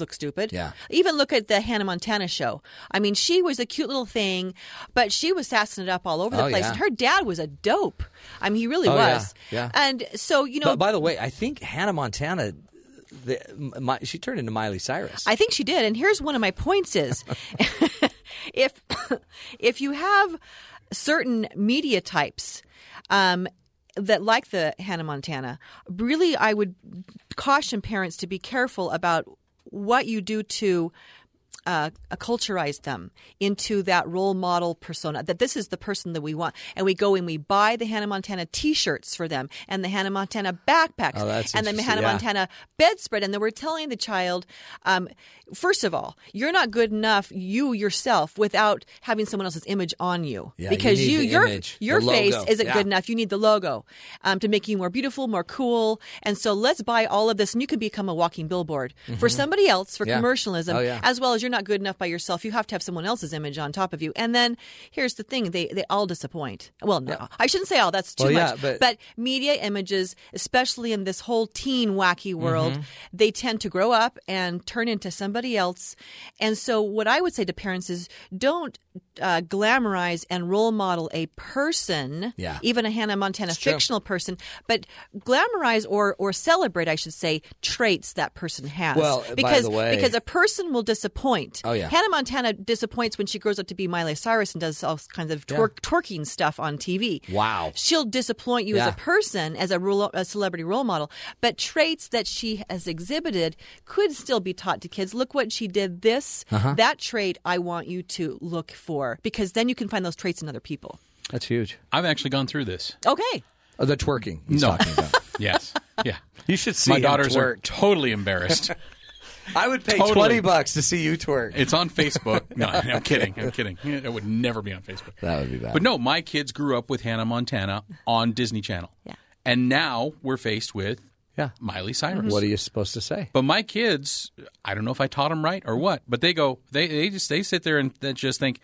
F: look stupid.
A: Yeah.
F: Even look at the Hannah Montana show. I mean, she was a cute little thing, but she was sassing it up all over the
A: Oh,
F: place.
A: yeah.
F: And her dad was a dope. I mean, he really
A: Oh, yeah,
F: was.
A: yeah.
F: And so you know,
A: But by the way, I think Hannah Montana, the, my, she turned into Miley Cyrus.
F: I think she did. And here's one of my points is if if you have certain media types um, that like the Hannah Montana, really I would caution parents to be careful about what you do to uh, acculturized them into that role model persona that this is the person that we want. And we go and we buy the Hannah Montana t shirts for them and the Hannah Montana backpacks
A: Oh, that's
F: and the
A: interesting.
F: Hannah
A: Yeah.
F: Montana bedspread. And then we're telling the child, um, first of all, you're not good enough, you yourself, without having someone else's image on you.
A: Yeah, you
F: because
A: need
F: you,
A: the
F: your,
A: image,
F: your
A: the
F: face
A: logo.
F: isn't
A: Yeah.
F: good enough enough. You need the logo um, to make you more beautiful, more cool. And so let's buy all of this, and you can become a walking billboard for somebody else for
A: Mm-hmm. Yeah.
F: commercialism,
A: Oh, yeah.
F: as well as you're not good enough by yourself. You have to have someone else's image on top of you. And then here's the thing: they they all disappoint. Well, no, I shouldn't say all. That's too
A: Well, yeah,
F: much.
A: but-
F: media images, especially in this whole teen wacky
A: Mm-hmm.
F: world, they tend to grow up and turn into somebody else. And so, what I would say to parents is, don't. Uh, glamorize and role model a person
A: Yeah.
F: even a Hannah Montana
A: true.
F: fictional person, but glamorize or or celebrate, I should say, traits that person has.
A: Well, by
F: because
A: the way-
F: because a person will disappoint.
A: Oh, yeah.
F: Hannah Montana disappoints when she grows up to be Miley Cyrus and does all kinds of twer- twerking stuff on TV.
A: Wow.
F: She'll disappoint you as
A: Yeah.
F: a person, as a, rule, a celebrity role model, but traits that she has exhibited could still be taught to kids. Look what she did this.
A: Uh-huh.
F: That trait I want you to look for because then you can find those traits in other people.
A: That's huge.
B: I've actually gone through this.
F: Okay.
A: Oh, the twerking. He's
B: No.
A: talking about.
B: Yes. Yeah.
A: You should see
B: My
A: him
B: daughters
A: twerk.
B: are totally embarrassed.
A: I would pay
B: Totally.
A: twenty bucks to see you twerk.
B: It's on Facebook. No, I'm kidding. I'm kidding. It would never be on Facebook.
A: That would be bad.
B: But no, my kids grew up with Hannah Montana on Disney Channel.
F: Yeah.
B: And now we're faced with
A: Yeah.
B: Miley Cyrus.
A: What are you supposed to say?
B: But my kids, I don't know if I taught them right or what, but they go, they, they just they sit there and they just think,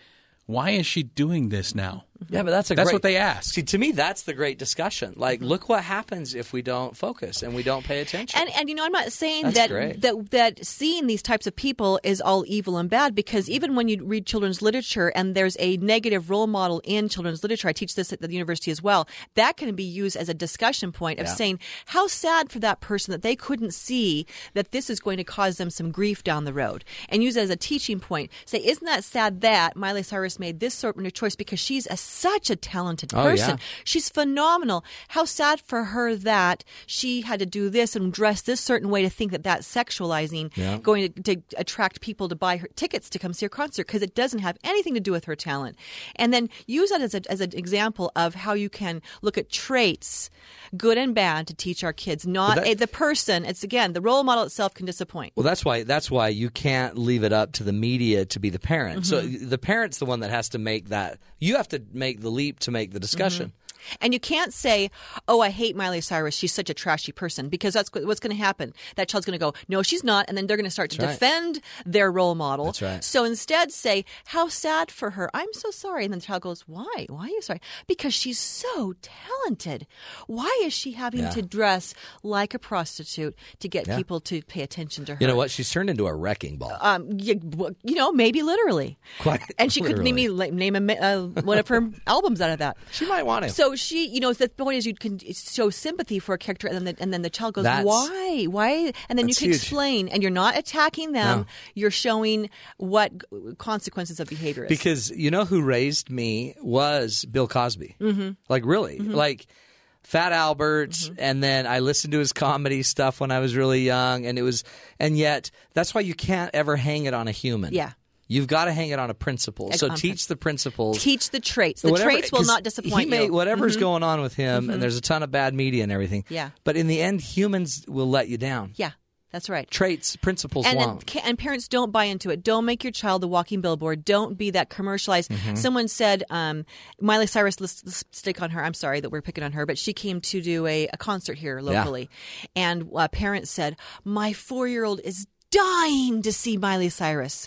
B: why is she doing this now?
A: Yeah, but that's a
B: That's
A: great-
B: what they ask.
A: See, to me, that's the great discussion. Like, look what happens if we don't focus and we don't pay attention.
F: And and you know, I'm not saying
A: That's
F: that
A: great.
F: that that seeing these types of people is all evil and bad because even when you read children's literature and there's a negative role model in children's literature, I teach this at the university as well. That can be used as a discussion point of saying how sad for that person that they couldn't see that this is going to cause them some grief down the road, and use it as a teaching point. Say, isn't that sad that Miley Cyrus made this sort of choice because she's a, such a talented
A: Oh, yeah.
F: person. She's phenomenal. How sad for her that she had to do this and dress this certain way to think that that's sexualizing, going to, to attract people to buy her tickets to come see her concert because it doesn't have anything to do with her talent. And then use that as, a, as an example of how you can look at traits, good and bad, to teach our kids. Not
A: that-
F: a, the person. It's again the role model itself can disappoint.
A: Well, that's why that's why you can't leave it up to the media to be the parent. So the parent's the one that has to make that. You have to make the leap to make the discussion.
F: And you can't say, "Oh, I hate Miley Cyrus. She's such a trashy person," because that's what's going to happen. That child's going to go, "No, she's not," and then they're going to start to
A: right.
F: defend their role model.
A: That's right.
F: So instead, say, "How sad for her. I'm so sorry." And then the child goes, "Why? Why are you sorry?" Because she's so talented. Why is she having to dress like a prostitute to get people to pay attention to her?
A: You know what? She's turned into a wrecking ball.
F: um, you, you know, maybe literally.
A: Quite
F: and she could name me like, name a, mi- uh, one of her albums out of that.
A: she might want to.
F: So she, you know, the point is you can show sympathy for a character, and then the, and then the child goes,
A: That's-
F: "Why? Why?" And then you
A: That's
F: can
A: huge.
F: explain, and you're not attacking them.
A: No.
F: You're showing what g- consequences of behavior is.
A: Because you know who raised me was Bill Cosby. Mm-hmm. Like really, like Fat Albert,
F: Mm-hmm.
A: and then I listened to his comedy stuff when I was really young, and it was, and yet that's why you can't ever hang it on a human.
F: Yeah.
A: you've got to hang it on a principle. so
F: on
A: teach the principles.
F: Teach the traits. The
A: Whatever-
F: traits will
A: 'cause
F: not
A: he
F: disappoint
A: may-
F: you. Mm-hmm.
A: Whatever's going on with him, and there's a ton of bad media and everything.
F: Yeah.
A: but in the end, humans will let you down.
F: Yeah, that's right.
A: Traits, principles
F: and,
A: won't.
F: it ca- and parents don't buy into it. Don't make your child the walking billboard. Don't be that commercialized. Someone said um, Miley Cyrus. Let's, let's stick on her. I'm sorry that we're picking on her, but she came to do a, a concert here locally, and a parent said, "My four year old is dying to see Miley Cyrus,"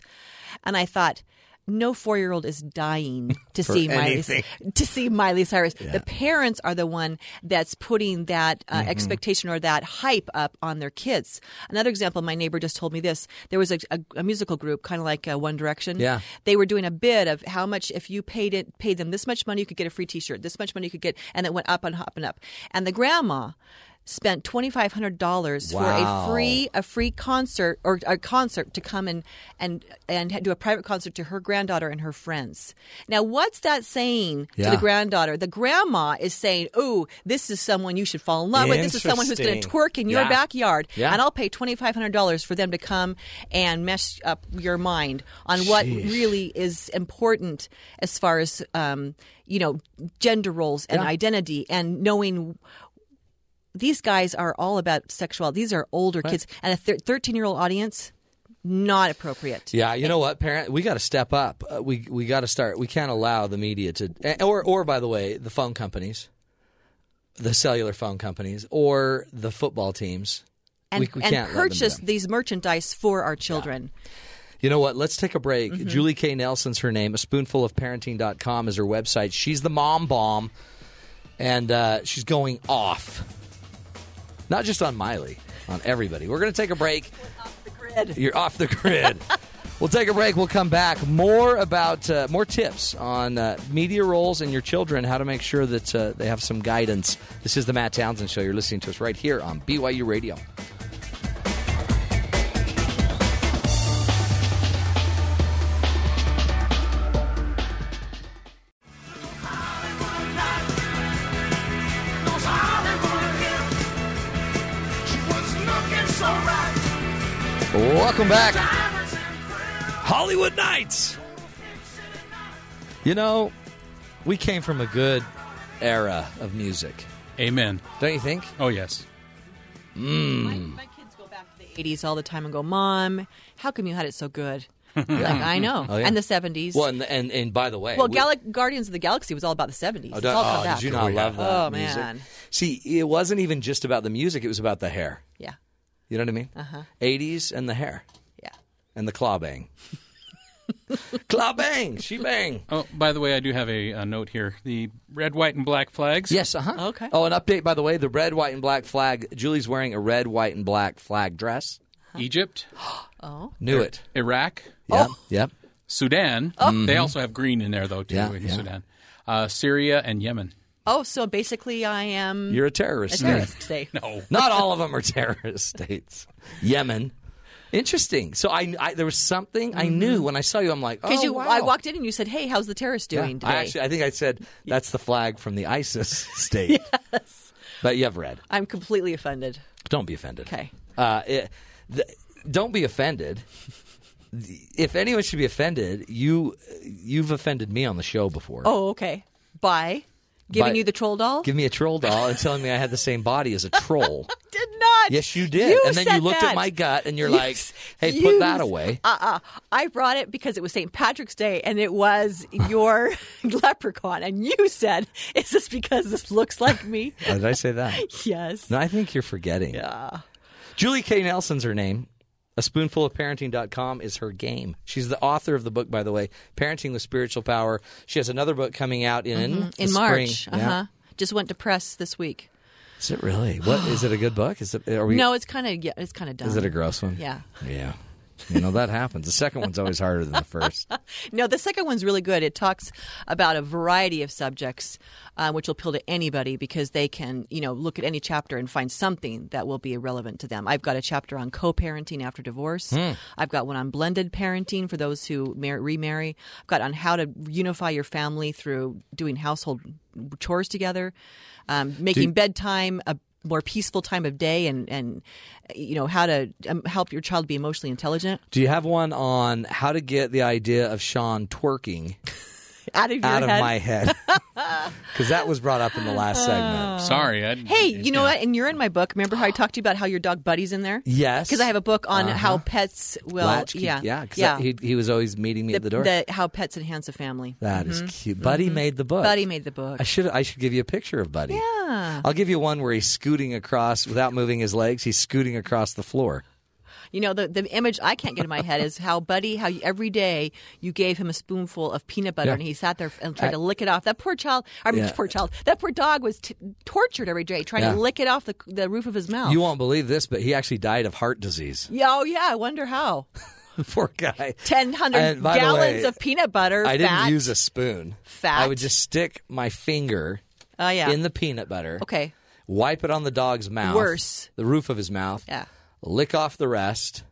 F: and I thought. No four-year-old is dying to see Miley
A: anything.
F: to see Miley Cyrus. The parents are the one that's putting that uh,
A: Mm-hmm.
F: expectation or that hype up on their kids. Another example, my neighbor just told me this. There was a, a, a musical group, kind of like uh, One Direction.
A: Yeah.
F: they were doing a bid of how much if you paid it, paid them this much money, you could get a free T-shirt. This much money you could get, and it went up and up and up. And the grandma spent twenty five hundred dollars
A: Wow.
F: for a free a free concert or a concert to come and and and do a private concert to her granddaughter and her friends. Now, what's that saying to
A: Yeah.
F: the granddaughter? The grandma is saying, "Oh, this is someone you should fall in love with. This is someone who's going to
A: Interesting.
F: twerk in your
A: Yeah.
F: backyard,
A: Yeah.
F: and I'll pay twenty five hundred dollars for them to come and mess up your mind on what really is important as far as um, you know gender roles and identity and knowing these guys are all about sexuality. These are older kids, and a thir- thirteen-year-old audience, not appropriate.
A: Yeah, you know what, parent, we got to step up. Uh, we we got to start. We can't allow the media to, eh, or or by the way, the phone companies, the cellular phone companies, or the football teams.
F: And,
A: we, we
F: and
A: can't let them do
F: purchase
A: that.
F: these merchandise for our children.
A: You know what? Let's take a break.
F: Mm-hmm.
A: Julie K. Nelson's her name. A spoonful of parenting.com is her website. She's the mom bomb, and uh, she's going off. Not just on Miley, on everybody. We're going to take a break. You're off the grid. we'll take a break. We'll come back. More about uh, more tips on uh, media roles and your children, how to make sure that uh, they have some guidance. This is the Matt Townsend Show. You're listening to us right here on BYU Radio. Welcome back. Hollywood Nights. You know, we came from a good era of music,
B: Amen.
A: don't you think?
B: Oh yes.
A: Hmm.
F: My, my kids go back to the '80s all the time and go, "Mom, how come you had it so good?" Like I know,
A: Oh, yeah.
F: and the '70s.
A: Well, and and, and by the way,
F: Well,
A: we-
F: Gal- Guardians of the Galaxy was all about the '70s.
A: oh,
F: it's
A: don't-
F: all come
A: oh,
F: back.
A: did you not love that?
F: Oh,
A: music?
F: man.
A: See, it wasn't even just about the music; it was about the hair.
F: Yeah,
A: You know what I mean? Uh-huh. 80s and the hair
F: yeah.
A: and the claw bang, claw bang, she bang.
B: Oh, by the way, I do have a, a note here. The red, white, and black flags.
A: Yes, uh huh.
F: Okay.
A: Oh, an update by the way: the red, white, and black flag. Julie's wearing a red, white, and black flag dress.
F: Uh-huh.
B: Egypt,
F: Oh,
A: Knew it.
B: Iraq,
A: Yep. Yep.
B: Sudan.
F: Oh.
B: They also have green in there though too
A: Mm-hmm. Yeah,
B: in
A: yeah.
B: Sudan, uh, Syria, and Yemen.
F: oh. So basically, I am
A: You're a terrorist.
F: Mm. a terrorist today.
B: No.
A: Not all of them are terrorist states. Yemen. Interesting. So I, I there was something I knew when I saw you. I'm like, oh,
F: Because Mm-hmm. you,
A: wow.
F: I walked in and you said, "Hey, how's the terrorist doing
A: I
F: today?"
A: actually, I think I said that's the flag from the ISIS state. yes. But you have red.
F: I'm completely offended.
A: Don't be offended.
F: Okay.
A: Uh, it, the, don't be offended. If anyone should be offended, you you've offended me on the show before.
F: Oh, okay. By giving
A: By-
F: you the troll doll?
A: Give me a troll doll and telling me I had the same body as a troll.
F: did not.
A: Yes, you did. and then you
F: said
A: looked
F: that.
A: at my gut and you're
F: You
A: like,
F: s-
A: hey,
F: you
A: put that
F: s-
A: away.
F: Uh-uh. I brought it because it was St. Patrick's Day and it was your leprechaun. And you said, is this because this looks like me?
A: Why did I say that?
F: yes.
A: No, I think you're forgetting. Yeah. Julie K. Nelson's her name. A spoonful of parenting.com is her game. She's the author of the book, by the way, Parenting with Spiritual Power. She has another book coming out in the
F: In March.
A: spring.
F: Uh-huh.
A: Yeah.
F: Just went to press this week.
A: Is it really? What is it a good book? Is it are we
F: No, it's kind of yeah, it's kind of done.
A: is it a gross one?
F: Yeah.
A: Yeah. You know that happens. The second one's always harder than the first.
F: No, the second one's really good. It talks about a variety of subjects, uh, which will appeal to anybody because they can, you know, look at any chapter and find something that will be relevant to them. I've got a chapter on co-parenting after divorce. I've got one on blended parenting for those who mar- remarry. I've got on how to unify your family through doing household chores together, um, making bedtime a more peaceful time of day, and and you know how to um, help your child be emotionally intelligent.
A: Do you have one on how to get the idea of Sean twerking
F: Out of your
A: out of
F: head. Uh,
A: my head? Because that was brought up in the last segment.
B: Sorry. I,
F: Oh. Hey, you know what? And you're in my book. Remember how I talked to you about how your dog Buddy's in there?
A: Yes. Uh-huh.
F: Because I have a book on how pets will.
A: Latchkey.
F: yeah.
A: yeah, 'cause
F: yeah.
A: I- he, he was always meeting me
F: the,
A: at the door.
F: the- how pets enhance a family.
A: That is cute. Buddy made the book.
F: Buddy made the book.
A: I should I should give you a picture of Buddy.
F: Yeah.
A: I'll give you one where he's scooting across without moving his legs. He's scooting across the floor.
F: You know, the, the image I can't get in my head is how Buddy, how you, every day you gave him a spoonful of peanut butter
A: Yeah.
F: and he sat there and tried
A: I-
F: to lick it off. That poor child, I mean,
A: Yeah.
F: poor child, that poor dog was t- tortured every day trying
A: Yeah.
F: to lick it off the, the roof of his mouth.
A: You won't believe this, but he actually died of heart disease.
F: yeah, oh, yeah, I wonder how.
A: Poor guy.
F: 1,000
A: And by the
F: gallons
A: way,
F: of peanut butter.
A: I didn't
F: fat.
A: use a spoon.
F: Fat.
A: I would just stick my finger
F: Oh, yeah.
A: in the peanut butter.
F: Okay.
A: wipe it on the dog's mouth,
F: Worse.
A: the roof of his mouth,
F: Yeah.
A: lick off the rest.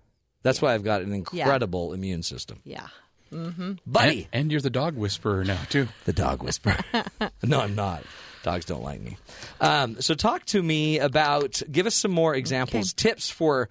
A: That's why I've got an incredible immune system,
F: Yeah.
A: buddy.
F: Eh?
B: And, and you're the dog whisperer now too.
A: the dog whisperer. no, I'm not. Dogs don't like me. Um, so talk to me about. Give us some more examples, tips for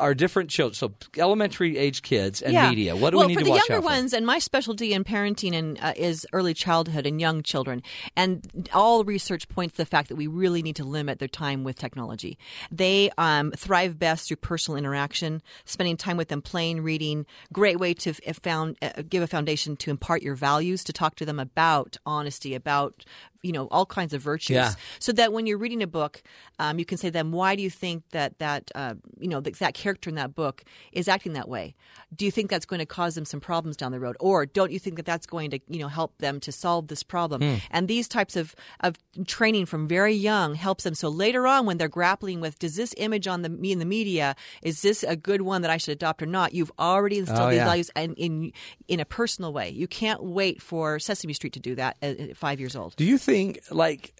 A: our different children. So elementary age kids and
F: yeah.
A: media. What do
F: well,
A: we need
F: for
A: to
F: the
A: watch
F: younger
A: out for?
F: ones? And my specialty in parenting and uh, is early childhood and young children. And all research points to the fact that we really need to limit their time with technology. They um, thrive best through personal interaction, spending time with them, playing, reading. Great way to f- found uh, give a foundation to impart your values, to talk to them about honesty, about you know all kinds of virtues
A: Yeah.
F: so that when you're reading a book, um, you can say to them, "Why do you think that that uh, you know that, that character in that book is acting that way? Do you think that's going to cause them some problems down the road, or don't you think that that's going to you know help them to solve this problem?"
A: Hmm.
F: And these types of of training from very young helps them. So later on, when they're grappling with, does this image on the me in the media is this a good one that I should adopt or not? You've already instilled
A: Oh,
F: these
A: yeah.
F: values and in in a personal way. You can't wait for Sesame Street to do that at at five years old.
A: Do you think like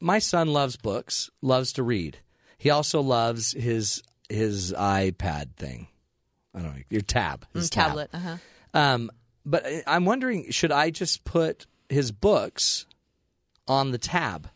A: my son loves books, loves to read. He also loves his his iPad thing. I don't know your tab, his tab.
F: Tablet, uh-huh.
A: Um, but I- I'm wondering, should I just put his books on the tab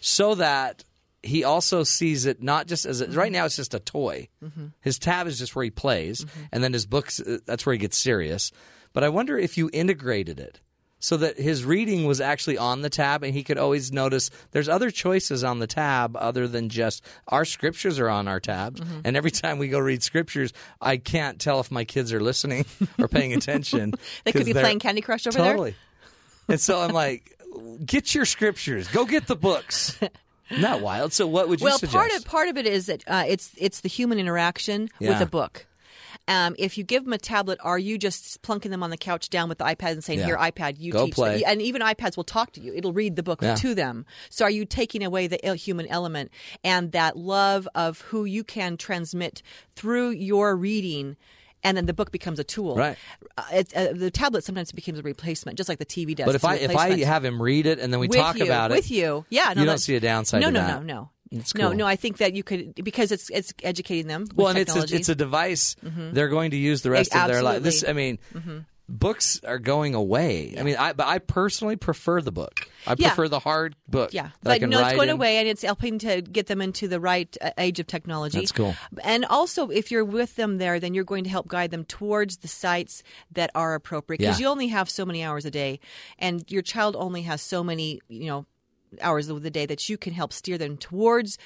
A: so that he also sees it not just as a, right now it's just a toy.
F: Mm-hmm.
A: His tab is just where he plays, and then his books uh, that's where he gets serious. But I wonder if you integrated it so that his reading was actually on the tab, and he could always notice there's other choices on the tab other than just our scriptures are on our tabs.
F: Mm-hmm.
A: And every time we go read scriptures, I can't tell if my kids are listening or paying attention.
F: They could
A: 'cause
F: be
A: they're-
F: playing Candy Crush over there.
A: totally. And so I'm like, get your scriptures. Go get the books. Not wild. So what would you
F: well,
A: suggest?
F: part of part of it is that uh, it's it's the human interaction
A: Yeah.
F: with a book. Um, if you give them a tablet, are you just plunking them on the couch down with the iPad and saying,
A: Yeah.
F: "Here, iPad, you
A: Go
F: teach"?
A: play.
F: And even iPads will talk to you; it'll read the book
A: Yeah.
F: to them. So, are you taking away the ill- human element and that love of who you can transmit through your reading? And then the book becomes a tool.
A: Right.
F: Uh, it, uh, the tablet sometimes becomes a replacement, just like the TV does.
A: but if
F: It's a
A: I if I
F: replacement
A: have him read it and then we
F: with
A: talk
F: you,
A: about it
F: with you. Yeah, no,
A: you don't
F: that's-
A: see a downside.
F: No,
A: to
F: no,
A: that.
F: no, no,
A: It's
F: no,
A: cool.
F: no. I think that you could because it's it's educating them. With
A: Well, and it's
F: technology. Mm-hmm.
A: a, it's a device they're going to use the rest of their life. This, I mean, books are going away. I mean, I but I personally prefer the book. I
F: Yeah.
A: prefer the hard book.
F: yeah,
A: that I
F: but
A: can
F: no, it's
A: ride
F: going
A: in.
F: away, and it's helping to get them into the right uh, age of technology.
A: That's cool.
F: And also, if you're with them there, then you're going to help guide them towards the sites that are appropriate because
A: Yeah.
F: you only have so many hours a day, and your child only has so many, you know, hours of the day that you can help steer them towards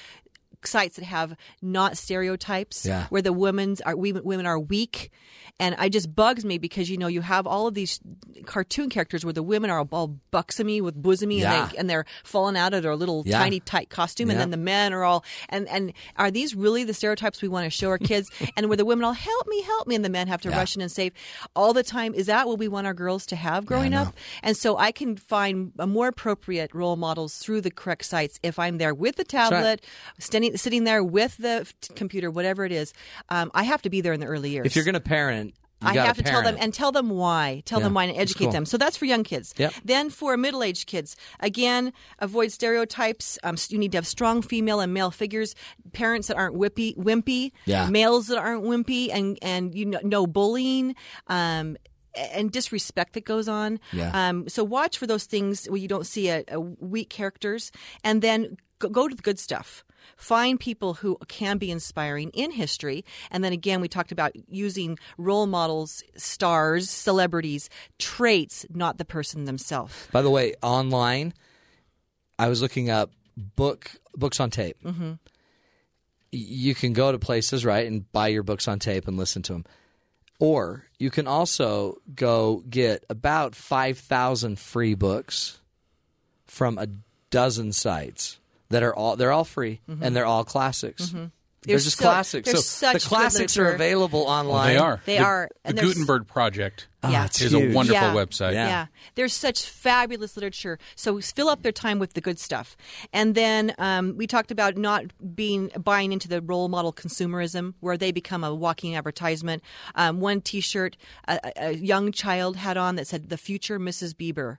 F: sites that have not stereotypes
A: Yeah.
F: where the women's are we, women are weak and i just bugs me because you know you have all of these cartoon characters where the women are all buxomy with bosomy
A: Yeah.
F: and, they, and they're falling out of their little
A: Yeah.
F: tiny tight costume and
A: Yeah.
F: then the men are all and and are these really the stereotypes we want to show our kids and where the women all help me help me and the men have to rush in and save all the time is that what we want our girls to have growing up and so i can find a more appropriate role models through the correct sites if i'm there with the
A: right.
F: tablet standing sitting there with the f- computer whatever it is um, i have to be there in the early years
A: If you're going to parent, you
F: I
A: gotta
F: have to tell them
A: parent.
F: and tell them why. Tell
A: Yeah,
F: them why and
A: that's
F: educate
A: cool.
F: them. So that's for young kids.
A: Yep.
F: Then for middle aged kids, again, avoid stereotypes. Um, you need to have strong female and male figures, parents that aren't whippy, wimpy,
A: Yeah.
F: males that aren't wimpy, and, and you know, no bullying. Um, and disrespect that goes on.
A: Yeah.
F: Um, so watch for those things where you don't see a, a weak characters, and then go, go to the good stuff. Find people who can be inspiring in history, and then again, we talked about using role models, stars, celebrities, traits, not the person themselves.
A: By the way, online, I was looking up book books on tape. Mm-hmm. You can go to places right and buy your books on tape and listen to them, or you can also go get about five thousand free books from a dozen sites that are all they're all free and they're all classics. They're
F: There's
A: just
F: Mm-hmm. so-
A: classics.
F: there's
A: So the
F: such good
A: classics are
F: literature.
A: available online.
B: They are.
F: They
B: the,
F: are,
B: The
F: and there's-
B: Gutenberg Project
F: Yeah.
A: it's
B: is
A: huge.
B: a wonderful
F: Yeah.
B: website.
A: Yeah.
F: Yeah. There's such fabulous literature. So fill up their time with the good stuff. And then um, we talked about not being buying into the role model consumerism where they become a walking advertisement. Um, one t shirt a, a a young child had on that said, The future Mrs. Bieber.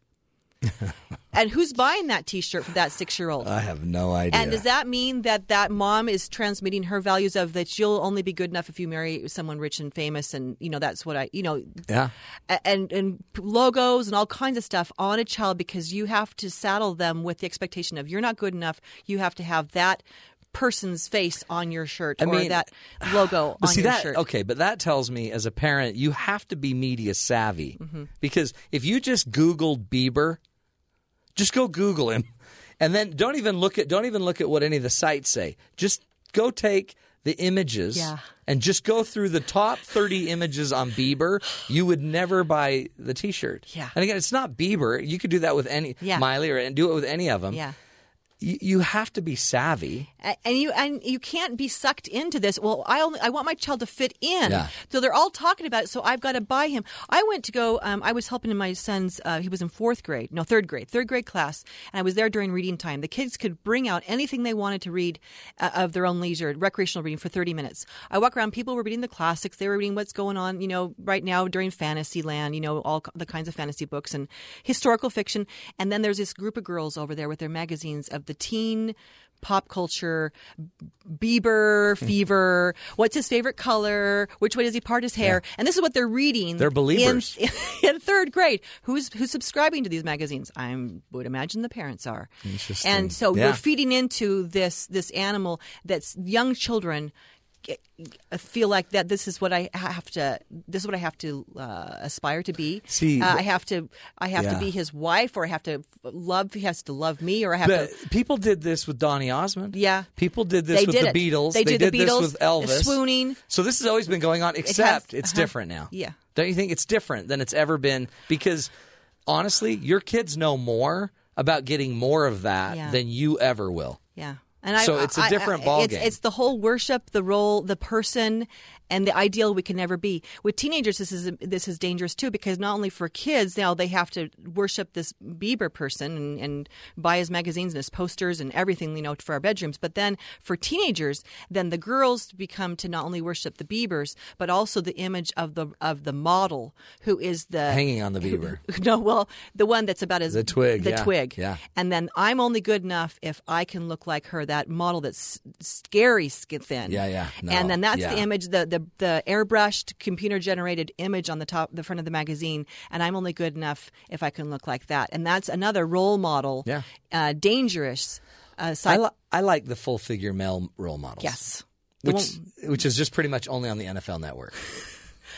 F: and who's buying that T-shirt for that six-year-old?
A: I have no idea.
F: And does that mean that that mom is transmitting her values of that you'll only be good enough if you marry someone rich and famous, and you know that's what I, you know,
A: yeah.
F: a- and and logos and all kinds of stuff on a child because you have to saddle them with the expectation of you're not good enough. You have to have that person's face on your shirt
A: I
F: or
A: mean,
F: that logo
A: But
F: on
A: see
F: your
A: that
F: shirt.
A: okay, but that tells me as a parent you have to be media savvy
F: Mm-hmm.
A: because if you just Googled Bieber, just go Google him, and then don't even look at don't even look at what any of the sites say. Just go take the images
F: Yeah.
A: and just go through the top thirty images on Bieber. You would never buy the T-shirt.
F: Yeah.
A: and again, it's not Bieber. You could do that with any
F: Yeah.
A: Miley or and do it with any of them.
F: Yeah.
A: you, you have to be savvy.
F: A- and you and you can't be sucked into this. Well, I only I want my child to fit in.
A: Yeah.
F: So they're all talking about it. So I've got to buy him. I went to go. Um, I was helping my son's. Uh, he was in fourth grade, no third grade, third grade class, and I was there during reading time. The kids could bring out anything they wanted to read uh, of their own leisure, recreational reading for thirty minutes. I walk around. People were reading the classics. They were reading what's going on, you know, right now during Fantasyland. You know, all k- the kinds of fantasy books and historical fiction. And then there's this group of girls over there with their magazines of the teen pop culture, Bieber fever. What's his favorite color? Which way does he part his hair? And this is what they're reading.
A: They're believers.
F: in, in third grade. Who's who's subscribing to these magazines? I would imagine the parents are. Interesting. And so
A: Yeah.
F: we're feeding into this this animal that's young children. get- Feel like that. This is what I have to. This is what I have to uh, aspire to be.
A: See,
F: uh, I have to. I have
A: yeah.
F: to be his wife, or I have to love. He has to love me, or I have
A: But
F: to.
A: people did this with Donny Osmond.
F: Yeah.
A: People did this
F: They
A: with
F: did
A: the
F: it.
A: Beatles.
F: They did the
A: this
F: Beatles,
A: with Elvis.
F: swooning. Uh-huh.
A: So this has always been going on, except it's different now.
F: Yeah.
A: Don't you think it's different than it's ever been? Because honestly, your kids know more about getting more of that
F: Yeah.
A: than you ever will.
F: Yeah. And I,
A: So it's a
F: I- I-
A: different
F: I-
A: ballgame.
F: It's, it's the whole worship, the role, the person, and the ideal we can never be. With teenagers, this is this is dangerous too because not only for kids now they have to worship this Bieber person and, and buy his magazines and his posters and everything you know for our bedrooms. But then for teenagers, then the girls become to not only worship the Biebers but also the image of the of the model who is the
A: Hanging on the Bieber.
F: no, well, the one that's about as
A: The twig,
F: the
A: yeah,
F: twig,
A: yeah.
F: And then I'm only good enough if I can look like her, that model that's s- scary skin thin.
A: Yeah, yeah, no,
F: and then that's the
A: yeah.
F: image, the, the the airbrushed, computer generated image on the top, the front of the magazine. And I'm only good enough if I can look like that. And that's another role model.
A: Yeah.
F: uh, dangerous. Uh,
A: I,
F: side-
A: li- I like the full figure male role models.
F: yes. The
A: which which is just pretty much only on the NFL Network.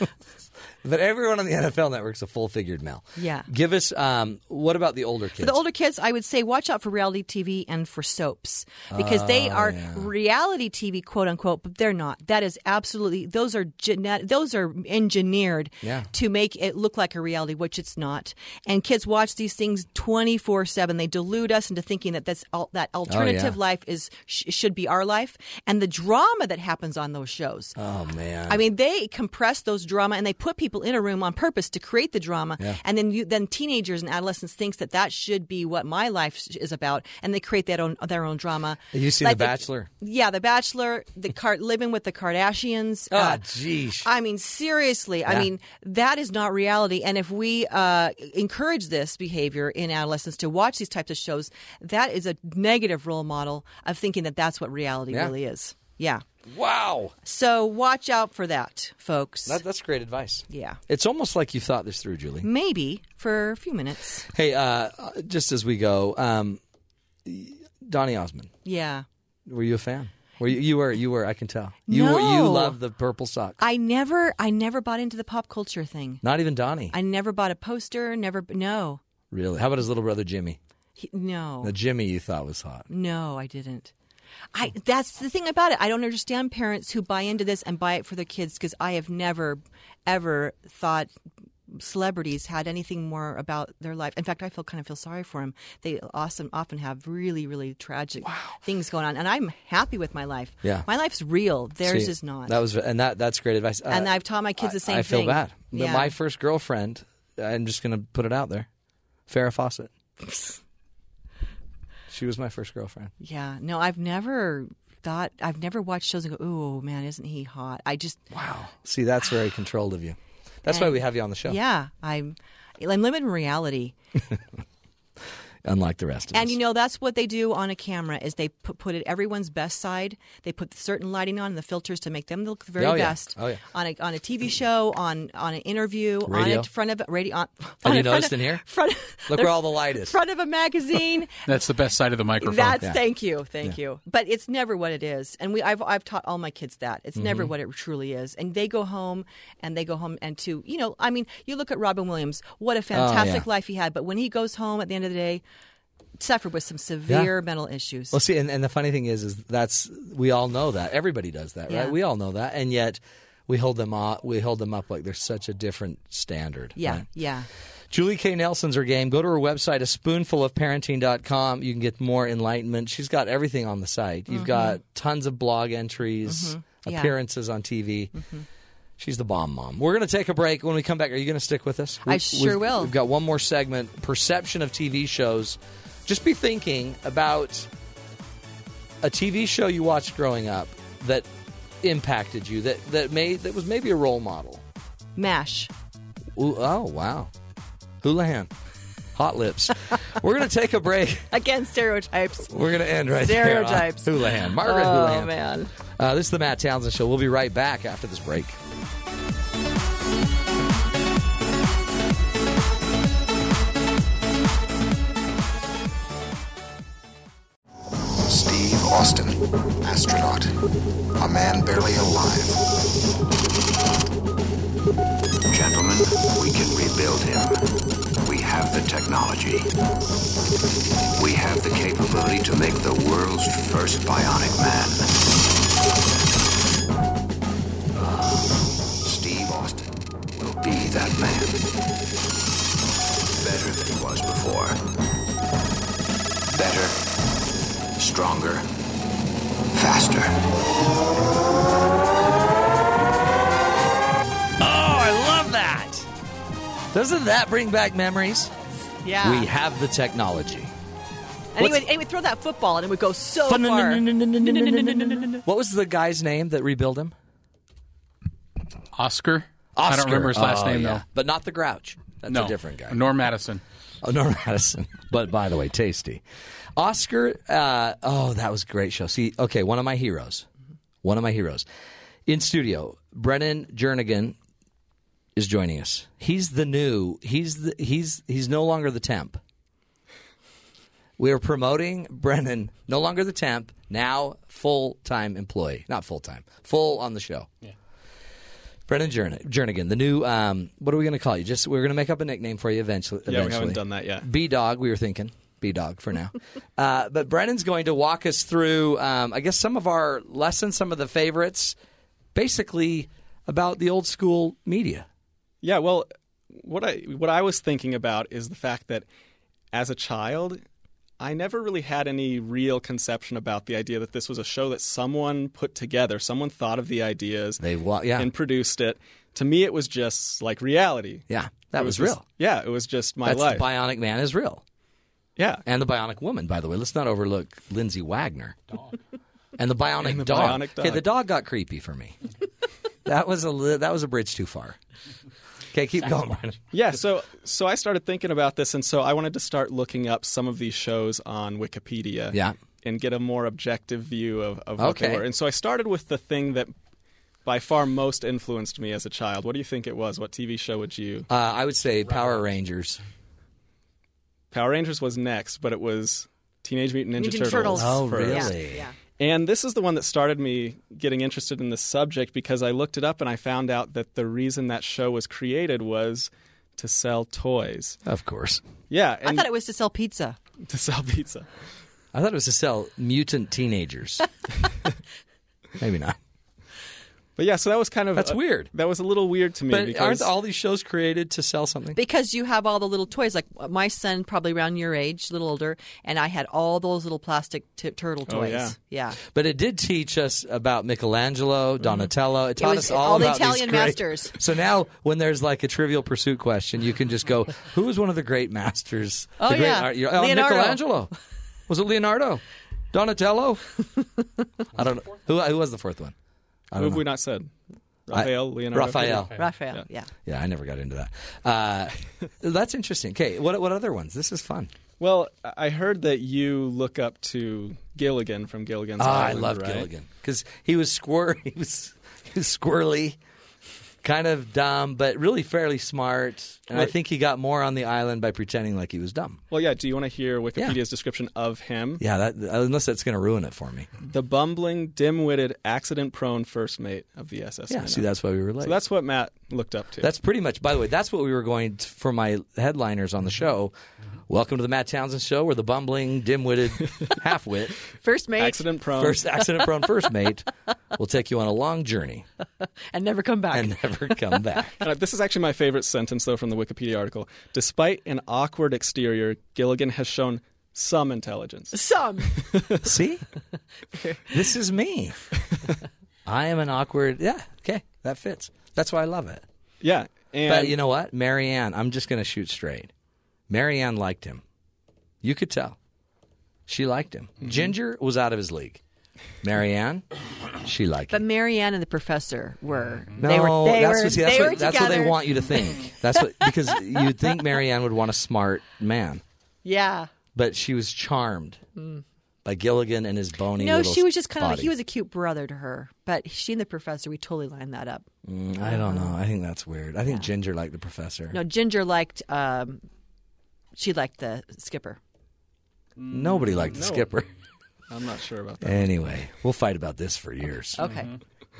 A: but everyone on the NFL Network's a full figured male.
F: Yeah.
A: Give us um, what about the older kids?
F: For the older kids, I would say watch out for reality TV and for soaps because
A: Oh,
F: they are reality TV, quote unquote, but they're not. That is absolutely those are genet- those are engineered
A: Yeah.
F: to make it look like a reality, which it's not. And kids watch these things twenty four seven. They delude us into thinking that that's all, that
A: Oh,
F: alternative life is sh- should be our life, and the drama that happens on those shows.
A: Oh man.
F: I mean, they compress those drama and they put people in a room on purpose to create the drama. And then you, then teenagers and adolescents thinks that that should be what my life sh- is about, and they create their own their own drama.
A: Have you seen
F: Like
A: The Bachelor?
F: yeah, The Bachelor, the car, living with the Kardashians.
A: Ah,
F: uh,
A: jeez.
F: I mean, seriously. I
A: Yeah.
F: mean, that is not reality. And if we uh, encourage this behavior in adolescents to watch these types of shows, that is a negative role model of thinking that that's what reality
A: Yeah.
F: really is. Yeah.
A: wow.
F: So watch out for that, folks.
A: That, that's great advice.
F: Yeah.
A: It's almost like you thought this through, Julie.
F: Maybe for a few minutes.
A: Hey, uh, just as we go, um, Donny Osmond,
F: Yeah.
A: were you a fan? Were you, you were you were I can tell you were, you
F: No.
A: love the purple socks.
F: I never I never bought into the pop culture thing.
A: Not even Donny.
F: I never bought a poster, never no.
A: really? How about his little brother Jimmy?
F: He- no.
A: The Jimmy you thought was hot.
F: No, I didn't. I that's the thing about it. I don't understand parents who buy into this and buy it for their kids because I have never ever thought celebrities had anything more about their life. In fact, I feel kind of feel sorry for them. They often often have really really tragic things going on and I'm happy with my life.
A: Yeah.
F: My life's real. Theirs
A: See,
F: is not.
A: That was and that that's great advice. Uh,
F: and I've taught my kids the same
A: I feel
F: thing.
A: bad. But
F: Yeah.
A: My first girlfriend, I'm just going to put it out there, Farrah Fawcett. she was my first girlfriend.
F: Yeah. No, I've never thought I've never watched shows and go, "Ooh, man, isn't he hot?" I just
A: Wow. See, that's very controlled of you. That's why we have you on the show.
F: yeah, I'm I'm living in reality.
A: unlike the rest of us.
F: And you know that's what they do on a camera is they put, put it everyone's best side. They put certain lighting on and the filters to make them look the very
A: Oh, yeah.
F: best.
A: Oh, yeah.
F: On a on a TV show, on on an interview,
A: Radio.
F: on a front of radio. On,
A: Have
F: on
A: you
F: a front
A: noticed
F: of-
A: in here?
F: Front,
A: Look where all the light is.
F: Front of a magazine.
B: That's the best side of the microphone.
F: That's thank you, thank you. But it's never what it is, and we I've I've taught all my kids that it's
A: Mm-hmm.
F: never what it truly is, and they go home and they go home and to you know I mean you look at Robin Williams,
A: Oh,
F: what a fantastic life he had, but when he goes home at the end of the day, suffered with some severe mental issues.
A: Well, see, and, and the funny thing is, is that's we all know that everybody does that,
F: Yeah.
A: right? We all know that, and yet we hold them up. We hold them up like they're such a different standard.
F: yeah,
A: right?
F: yeah.
A: Julie K. Nelson's her game. Go to her website, a spoonful of parenting.com. You can get more enlightenment. She's got everything on the site. You've got tons of blog entries,
F: Mm-hmm. Yeah. Mm-hmm.
A: appearances on TV. She's the bomb mom. We're going to take a break. When we come back, are you going to stick with us?
F: I sure
A: we've-
F: will.
A: We've got one more segment perception of TV shows. Just be thinking about a TV show you watched growing up that impacted you, that, that, made, that was maybe a role model.
F: Mash.
A: Ooh, oh, wow. Houlihan. Hot lips. We're going to take a break.
F: Again, stereotypes.
A: We're going to end right
F: Stereotypes.
A: there. on Houlihan. Margaret
F: oh,
A: Houlihan.
F: man.
A: Uh, this is the Matt Townsend Show. We'll be right back after this break.
G: Steve Austin, astronaut. A man barely alive. Gentlemen, we can rebuild him. We have the technology. We have the capability to make the world's first bionic man. Steve Austin will be that man. Better than he was before. Better stronger, faster.
A: Doesn't that bring back memories?
F: Yeah.
A: We have the technology.
F: and, he would, and he would throw that football, and it would go so far.
A: What was the guy's name that rebuilt him? Oscar.
B: Oscar. I don't remember his last
A: Oh,
B: name
A: yeah.
B: though.
A: But not the Grouch. That's
B: No,
A: a different guy.
B: Norm Madison.
A: Oh, Norm Madison. But by the way, tasty. Oscar, uh, oh, that was a great show. See, okay, one of my heroes. One of my heroes. In studio, Brennan Jernigan is joining us. He's the new, he's the, he's he's no longer the temp. We are promoting Brennan, no longer the temp, now full time employee. Not full time, full on the show. Yeah. Brennan Jerni- Jernigan, the new, um, what are we going to call you? Just we're going to make up a nickname for you eventually.
H: Yeah, we
A: eventually.
H: haven't done that yet.
A: B Dog, we were thinking. B Dog for now. uh, but Brennan's going to walk us through, um, I guess, some of our lessons, some of the favorites, basically about the old school media.
H: Yeah, well, what I what I was thinking about is the fact that as a child, I never really had any real conception about the idea that this was a show that someone put together, someone thought of the ideas
A: They wa- yeah.
H: and produced it. To me it was just like reality.
A: Yeah, that
H: It
A: was,
H: just-
A: real.
H: yeah, it was just my
A: That's
H: life.
A: the Bionic Man is real.
H: yeah.
A: And the Bionic Woman, by the way. Let's not overlook Lindsay Wagner. And the Bionic
H: And the
A: Dog.
H: Bionic
A: Okay,
H: Dog.
A: the dog got creepy for me. that was a li- that was a bridge too far. Okay, keep going, Brennan.
H: Yeah, so so I started thinking about this and so I wanted to start looking up some of these shows on Wikipedia.
A: Yeah.
H: And get a more objective view of, of what
A: Okay.
H: they were. And so I started with the thing that by far most influenced me as a child. What do you think it was? What TV show would you
A: Uh, I would say Power Rangers.
H: Power Rangers was next, but it was Teenage Mutant Ninja,
F: Ninja
H: Turtles.
F: Turtles.
A: Oh,
H: first.
A: really?
F: Yeah.
H: And this is the one that started me getting interested in this subject because I looked it up and I found out that the reason that show was created was to sell toys.
A: Of course.
H: Yeah,
F: I
H: and
F: thought it was to sell pizza.
H: to sell pizza.
A: I thought it was to sell mutant teenagers. Maybe not.
H: But yeah, so that was kind of
A: That's weird.
H: That was a little weird to me
A: But aren't
H: because
A: all these shows created to sell something?
F: because you have all the little toys like uh, my son probably around your age a little older and i had all those little plastic t- turtle
H: Oh,
F: toys
H: yeah.
A: But it did teach us about Michelangelo, Donatello. Mm-hmm. It taught
F: was
A: us all,
F: all the
A: about these
F: Italian
A: great-
F: masters.
A: So now, when there's like a Trivial Pursuit question, you can just go, "Who was one of the great masters?"
F: Oh,
A: the great
F: yeah.
A: art- you're- oh,
F: Leonardo.
A: Michelangelo. Was it Leonardo? Donatello? I don't know who, who was the fourth one.
H: who have we not said? Raphael, Leonardo.
A: Raphael.
F: raphael yeah.
A: Yeah, I never got into that. Uh, that's interesting. Okay, what what other ones? This is fun.
H: Well, I heard that you look up to Gilligan from Gilligan's
A: Ah, I
H: Island.
A: love
H: right?
A: Gilligan because he was squir he was, he was squirrely, kind of dumb, but really fairly smart. And I think he got more on the island by pretending like he was dumb.
H: Well, yeah. Do you want to hear Wikipedia's
A: Yeah.
H: description of him?
A: Yeah, that, unless that's going to ruin it for me.
H: The bumbling, dim-witted, accident-prone first mate of the SS.
A: Yeah,
H: Minnow.
A: see, that's why we were late.
H: so that's what Matt looked up to.
A: That's pretty much. By the way, that's what we were going to, for my headliners on the show. Welcome to the Matt Townsend Show, where the bumbling, dim-witted, half-wit,
F: First mate
H: accident-prone.
A: first accident-prone first mate will take you on a long journey
F: and never come back.
A: and never come back.
H: Uh, this is actually my favorite sentence, though, from the Wikipedia article. Despite an awkward exterior, Gilligan has shown some intelligence.
F: Some.
A: See, this is me. I am an awkward. Yeah, okay, that fits. That's why I love it.
H: Yeah, and
A: but you know what, Marianne? I'm just going to shoot straight. Marianne liked him. You could tell. She liked him. Ginger was out of his league. Marianne, she liked
F: But
A: him.
F: Marianne and the professor were.
A: No,
F: they were, they
A: that's,
F: were,
A: what, see, that's,
F: they
A: what,
F: were
A: that's what they
F: together.
A: want you to think. That's what because you'd think Marianne would want a smart man,
F: Yeah.
A: but she was charmed by Gilligan and his bony.
F: Hmm. No,
A: little
F: she was just kind of like,
A: body.
F: he was a cute brother to her. But she and the professor, we totally lined that up.
A: Mm-hmm. Mm, I don't know. I think that's weird. I think Ginger liked the professor.
F: No, Ginger liked, um, she liked the skipper.
A: Nobody liked the skipper.
H: I'm not sure about that.
A: Anyway, we'll fight about this for years.
F: Okay.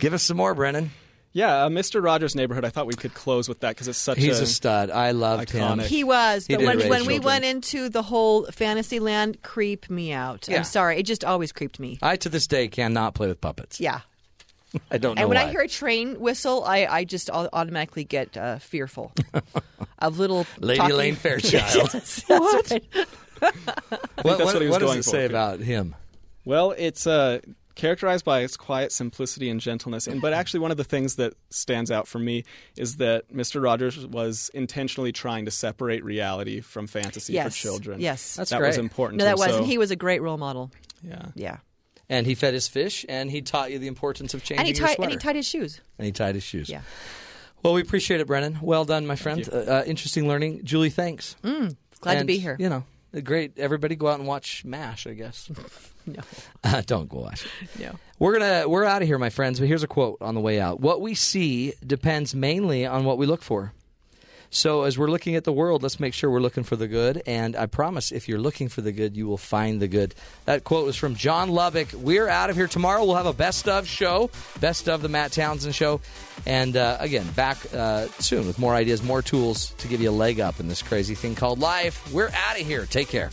A: Give us some more, Brennan.
H: Yeah, uh, Mr. Rogers' Neighborhood. I thought we could close with that because it's such
A: He's
H: a,
A: a stud. I loved him.
H: Iconic.
F: He was,
A: He
F: but
A: did
F: when,
A: raise
F: when we
A: children.
F: went into the whole Fantasyland, creep me out.
A: Yeah.
F: I'm sorry, it just always creeped me.
A: I to this day cannot play with puppets.
F: Yeah,
A: I don't know
F: and when
A: why.
F: I hear a train whistle, I, I just au- automatically get uh, fearful of little
A: Lady
F: talking-
A: Elaine Fairchild.
F: Yes, that's what?
A: what, what-
H: that's what he was
A: what does
H: going
A: it
H: for.
A: say about him?
H: Well, it's uh, characterized by its quiet simplicity and gentleness. And but actually, one of the things that stands out for me is that Mr. Rogers was intentionally trying to separate reality from fantasy
F: Yes,
H: for children.
F: yes. That's
H: that was
A: great.
H: important.
F: No,
H: to
F: that
H: him,
F: wasn't.
H: so-
F: He was a great role model.
H: Yeah.
F: Yeah,
A: And he fed his fish, and he taught you the importance of changing
F: and he
A: your
F: tied
A: sweater.
F: and he tied his shoes.
A: And he tied his shoes.
F: Yeah.
A: Well, we appreciate it, Brennan. Well done, my friend. Uh, uh, interesting learning. Julie, thanks.
F: Glad to
A: And,
F: be here.
A: You know, great. Everybody go out and watch MASH, I guess.
F: No,
A: Uh, don't go watch it.
F: no.
A: We're gonna we're out of here, my friends. But here's a quote on the way out: "What we see depends mainly on what we look for." So as we're looking at the world, let's make sure we're looking for the good. And I promise, if you're looking for the good, you will find the good. That quote was from John Lubbock. We're out of here tomorrow. We'll have a best of show, best of the Matt Townsend show, and uh, again back uh, soon with more ideas, more tools to give you a leg up in this crazy thing called life. We're out of here. Take care.